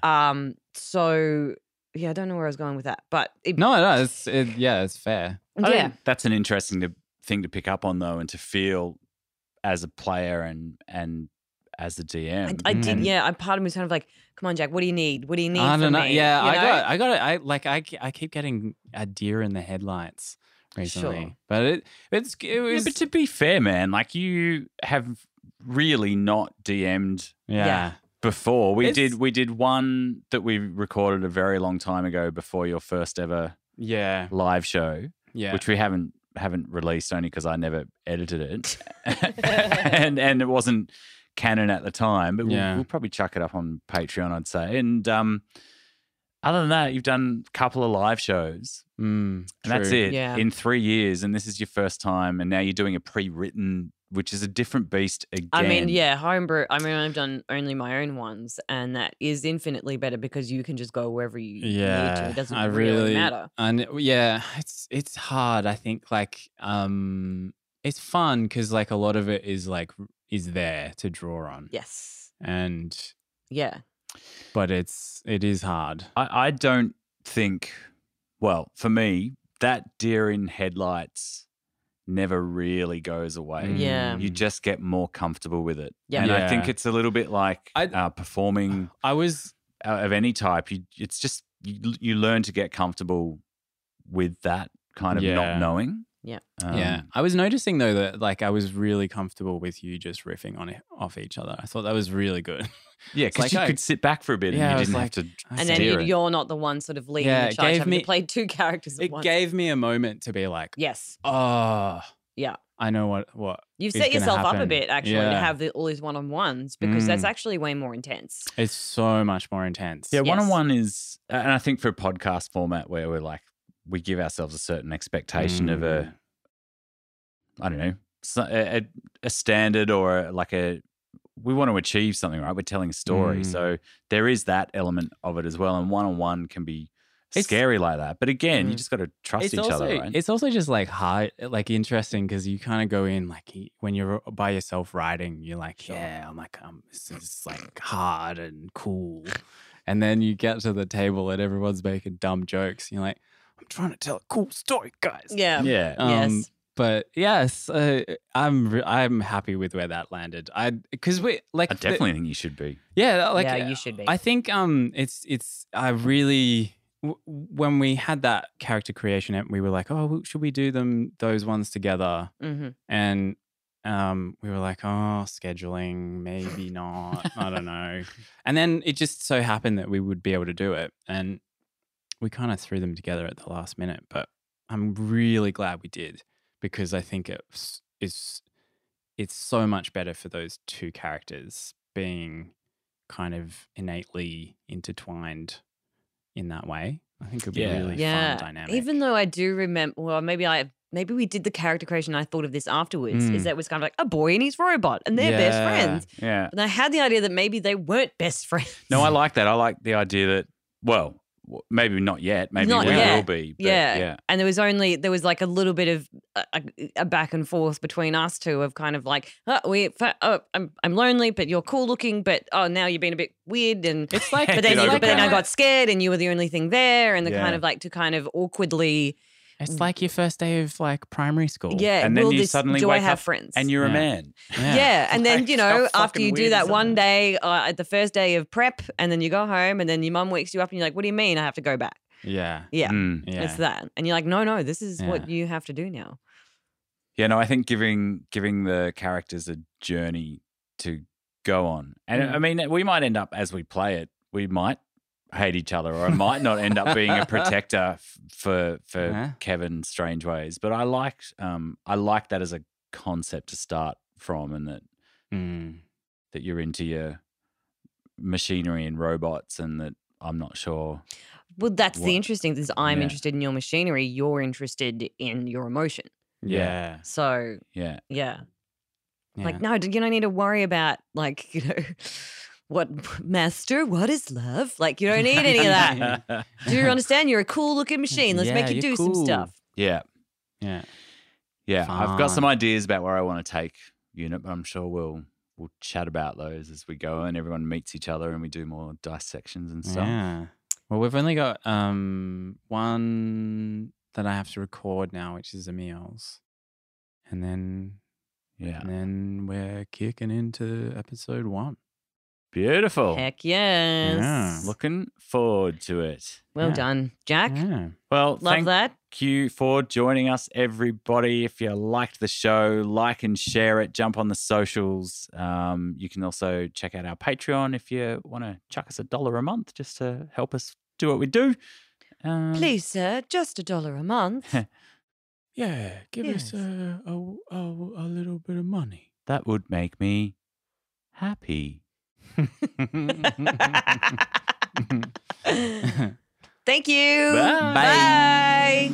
Speaker 3: there. Um, so yeah, I don't know where I was going with that, but it,
Speaker 2: No, no, it's it, yeah, it's fair.
Speaker 1: I
Speaker 3: Oh, yeah,
Speaker 1: think that's an interesting to, thing to pick up on though, and to feel as a player and and as a
Speaker 3: I,
Speaker 1: DM.
Speaker 3: I did.
Speaker 1: And-
Speaker 3: Yeah, I part of me was kind of like, come on, Jack, what do you need? What do you need?
Speaker 2: Mm. I don't
Speaker 3: from
Speaker 2: know.
Speaker 3: me?"
Speaker 2: Yeah,
Speaker 3: You
Speaker 2: I
Speaker 3: know?
Speaker 2: got, I got it. I like, I, ke- I keep getting a deer in the headlights recently,
Speaker 3: Sure.
Speaker 2: but it, it's, it
Speaker 1: Yeah,
Speaker 2: was,
Speaker 1: but to be fair, man, like you have really not DM'd
Speaker 2: yeah.
Speaker 3: Yeah.
Speaker 1: before. We
Speaker 2: It's-
Speaker 1: did we did one that we recorded a very long time ago before your first ever
Speaker 2: yeah,
Speaker 1: live show,
Speaker 2: yeah,
Speaker 1: which we haven't haven't released only because I never edited it, and and it wasn't canon at the time. But
Speaker 2: Yeah.
Speaker 1: we'll, we'll probably chuck it up on Patreon, I'd say. And um, other than that, you've done a couple of live shows.
Speaker 2: Mm,
Speaker 1: And that's
Speaker 2: true.
Speaker 1: it
Speaker 3: Yeah.
Speaker 1: in three years, and this is your first time, and now you're doing a pre-written, which is a different beast again.
Speaker 3: I mean, yeah, homebrew. I mean, I've done only my own ones, and that is infinitely better because you can just go wherever you need to.
Speaker 2: Yeah,
Speaker 3: It doesn't
Speaker 2: I
Speaker 3: really,
Speaker 2: really-
Speaker 3: matter.
Speaker 2: and it- yeah it's it's hard i think like um it's fun because like a lot of it is like r- is there to draw on
Speaker 3: Yes.
Speaker 2: and
Speaker 3: Yeah.
Speaker 2: but it's it is hard
Speaker 1: I, I don't think. Well, for me, that deer in headlights never really goes away.
Speaker 3: Mm. Yeah.
Speaker 1: You just get more comfortable with it,
Speaker 3: Yeah.
Speaker 1: and I think
Speaker 2: Yeah.
Speaker 1: it's a little bit like
Speaker 2: I-
Speaker 1: uh, performing
Speaker 2: i was
Speaker 1: uh, of any type. You, it's just you, you learn to get comfortable with that kind of
Speaker 2: Yeah.
Speaker 1: not knowing.
Speaker 3: Yeah.
Speaker 2: yeah
Speaker 1: Um,
Speaker 2: i was noticing though that like i was really comfortable with you just riffing on it off each other i thought that was really good
Speaker 1: yeah,
Speaker 2: It's
Speaker 1: because
Speaker 2: like
Speaker 1: you
Speaker 2: I-
Speaker 1: could sit back for a bit
Speaker 2: Yeah, I
Speaker 1: and you
Speaker 2: was
Speaker 1: didn't
Speaker 2: like,
Speaker 1: have to
Speaker 3: And then you,
Speaker 1: Steering.
Speaker 3: you're not the one sort of leading
Speaker 2: Yeah,
Speaker 3: the
Speaker 2: it
Speaker 3: charge,
Speaker 2: gave
Speaker 3: having
Speaker 2: me-
Speaker 3: to play two characters at
Speaker 2: it
Speaker 3: once.
Speaker 2: gave me a moment to be like
Speaker 3: yes.
Speaker 2: oh
Speaker 3: Yeah.
Speaker 2: i know what what
Speaker 3: You've
Speaker 2: is
Speaker 3: set
Speaker 2: gonna
Speaker 3: yourself up a
Speaker 2: happen.
Speaker 3: bit actually to
Speaker 2: Yeah.
Speaker 3: have the, all these one-on-ones because that's
Speaker 2: Mm.
Speaker 3: actually way more intense.
Speaker 2: it's so much more intense
Speaker 1: Yeah,
Speaker 3: Yes.
Speaker 1: one on one is, and I think for a podcast format where we're like, we give ourselves a certain expectation of
Speaker 2: Mm.
Speaker 1: a, I don't know, so- a, a- a standard or a- like a, we want to achieve something, right? We're telling a story.
Speaker 2: Mm.
Speaker 1: So there is that element of it as well. And one on one can be
Speaker 2: It's-
Speaker 1: scary like that. But again, you
Speaker 2: Mm.
Speaker 1: just got to trust each
Speaker 2: also,
Speaker 1: other, right?
Speaker 2: It's also just like hard, like interesting because you kind of go in like y- when you're by yourself writing, you're like, yeah, I'm like, um, this is like hard and cool, and then you get to the table and everyone's making dumb jokes. And you're like, I'm trying to tell a cool story, guys.
Speaker 3: Yeah.
Speaker 1: yeah.
Speaker 2: um,
Speaker 3: Yes.
Speaker 2: But yes, uh, I'm re- I'm happy with where that landed. I because we like
Speaker 1: I
Speaker 2: the-
Speaker 1: definitely think you should be.
Speaker 2: yeah like
Speaker 3: yeah,
Speaker 2: uh,
Speaker 3: you should be.
Speaker 2: I think um, it's it's I really w- when we had that character creation app, we were like, oh, well, should we do them those ones together?
Speaker 3: hmm
Speaker 2: And um, we were like, oh, scheduling, maybe not. I don't know. And then it just so happened that we would be able to do it, and we kind of threw them together at the last minute. But I'm really glad we did because I think it's it's it's so much better for those two characters being kind of innately intertwined in that way. I think it'd be
Speaker 1: Yeah.
Speaker 2: really
Speaker 3: Yeah.
Speaker 2: fun dynamic.
Speaker 3: Even though I do remember, well, maybe I maybe we did the character creation. And I thought of this afterwards.
Speaker 2: Mm.
Speaker 3: Is that it was kind of like a boy and his robot, and they're best
Speaker 2: Yeah.
Speaker 3: friends.
Speaker 1: Hmm. Yeah.
Speaker 3: And I had the idea that maybe they weren't best friends.
Speaker 1: No, I like that. I like the idea that, well, w- maybe not yet. Maybe
Speaker 3: Not
Speaker 1: we
Speaker 3: yet.
Speaker 1: will be. but
Speaker 3: Yeah.
Speaker 1: Yeah.
Speaker 3: And there was only there was like a little bit of uh, a, a- a back and forth between us two of kind of like oh, we fa- oh, I'm I'm lonely, but you're cool looking, but oh now you've been a bit weird and.
Speaker 2: it's like,
Speaker 3: But then,
Speaker 1: Get
Speaker 3: you,
Speaker 1: over
Speaker 3: but then
Speaker 1: it.
Speaker 3: I got scared, and you were the only thing there, and the kind
Speaker 1: Yeah.
Speaker 3: of like to kind of awkwardly,
Speaker 2: It's like your first day of like primary school.
Speaker 3: yeah.
Speaker 1: And then
Speaker 3: will
Speaker 1: you
Speaker 3: this,
Speaker 1: suddenly
Speaker 3: do I
Speaker 1: wake up
Speaker 3: have friends?
Speaker 1: And you're a
Speaker 2: Yeah.
Speaker 1: man.
Speaker 3: Yeah. and then
Speaker 1: Like,
Speaker 3: you
Speaker 1: how
Speaker 3: know, after
Speaker 1: fucking
Speaker 3: you
Speaker 1: weird
Speaker 3: do
Speaker 1: is
Speaker 3: that
Speaker 1: that?
Speaker 3: one day uh, at the first day of prep, and then you go home, and then your mum wakes you up, and you're like, "What do you mean I have to go back?"
Speaker 2: Yeah.
Speaker 3: Yeah,
Speaker 1: Mm.
Speaker 2: Yeah.
Speaker 3: it's that, and you're like, "No, no, this is
Speaker 2: Yeah.
Speaker 3: what you have to do now."
Speaker 1: Yeah, no, I think giving giving the characters a journey to go on. And I mean, we might end up as we play it, we might hate each other or I might not end up being a protector f- for for
Speaker 2: Yeah.
Speaker 1: Kevin Strangeways, but I liked um I like that as a concept to start from and that
Speaker 2: Mm.
Speaker 1: that you're into your machinery and robots and that I'm not sure.
Speaker 3: Well, that's
Speaker 1: What-
Speaker 3: the interesting thing is I'm
Speaker 1: Yeah.
Speaker 3: interested in your machinery, you're interested in your emotion.
Speaker 1: Yeah.
Speaker 2: Yeah.
Speaker 3: So
Speaker 1: Yeah.
Speaker 3: yeah,
Speaker 2: yeah.
Speaker 3: like no, d- you don't need to worry about like you know what master, what is love? Like you don't need any of that. Do you understand? You're a cool looking machine. Let's
Speaker 2: Yeah,
Speaker 3: make you
Speaker 2: you're
Speaker 3: do
Speaker 2: cool.
Speaker 3: some stuff.
Speaker 1: yeah,
Speaker 2: yeah.
Speaker 1: yeah. I've got some
Speaker 2: Fine.
Speaker 1: ideas about where I want to take unit, but I'm sure we'll we'll chat about those as we go and everyone meets each other and we do more dissections and stuff.
Speaker 2: Yeah. Well, we've only got um one that I have to record now, which is the meals, and then
Speaker 1: Yeah,
Speaker 2: and then we're kicking into episode one.
Speaker 1: beautiful.
Speaker 3: Heck yes.
Speaker 2: Oh. Yeah,
Speaker 3: Look,
Speaker 1: Looking forward to it.
Speaker 3: well
Speaker 2: yeah.
Speaker 3: done, Jack.
Speaker 2: Yeah.
Speaker 1: Well,
Speaker 3: Love
Speaker 1: thank
Speaker 3: that.
Speaker 1: you for joining us, everybody. If you liked the show, like and share it. Jump on the socials. Um, you can also check out our Patreon if you want to chuck us a dollar a month just to help us do what we do. Um,
Speaker 3: Please, sir, just a dollar a month.
Speaker 2: Yeah. Give us
Speaker 3: Yes.
Speaker 2: a, a a a little bit of money.
Speaker 1: That would make me happy.
Speaker 3: Thank you.
Speaker 1: Bye.
Speaker 3: Bye.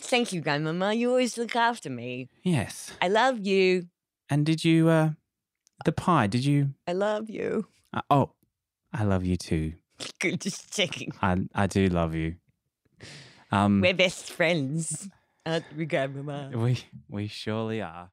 Speaker 4: Thank you, Grandmama. You always look after me.
Speaker 2: Yes.
Speaker 4: I love you.
Speaker 2: And did you uh the pie? Did you?
Speaker 4: I love you.
Speaker 2: Uh, oh, I love you too.
Speaker 4: Good, just checking.
Speaker 2: I I do love you. Um,
Speaker 4: We're best friends, aren't Uh, we, Grandmama?
Speaker 2: we we surely are.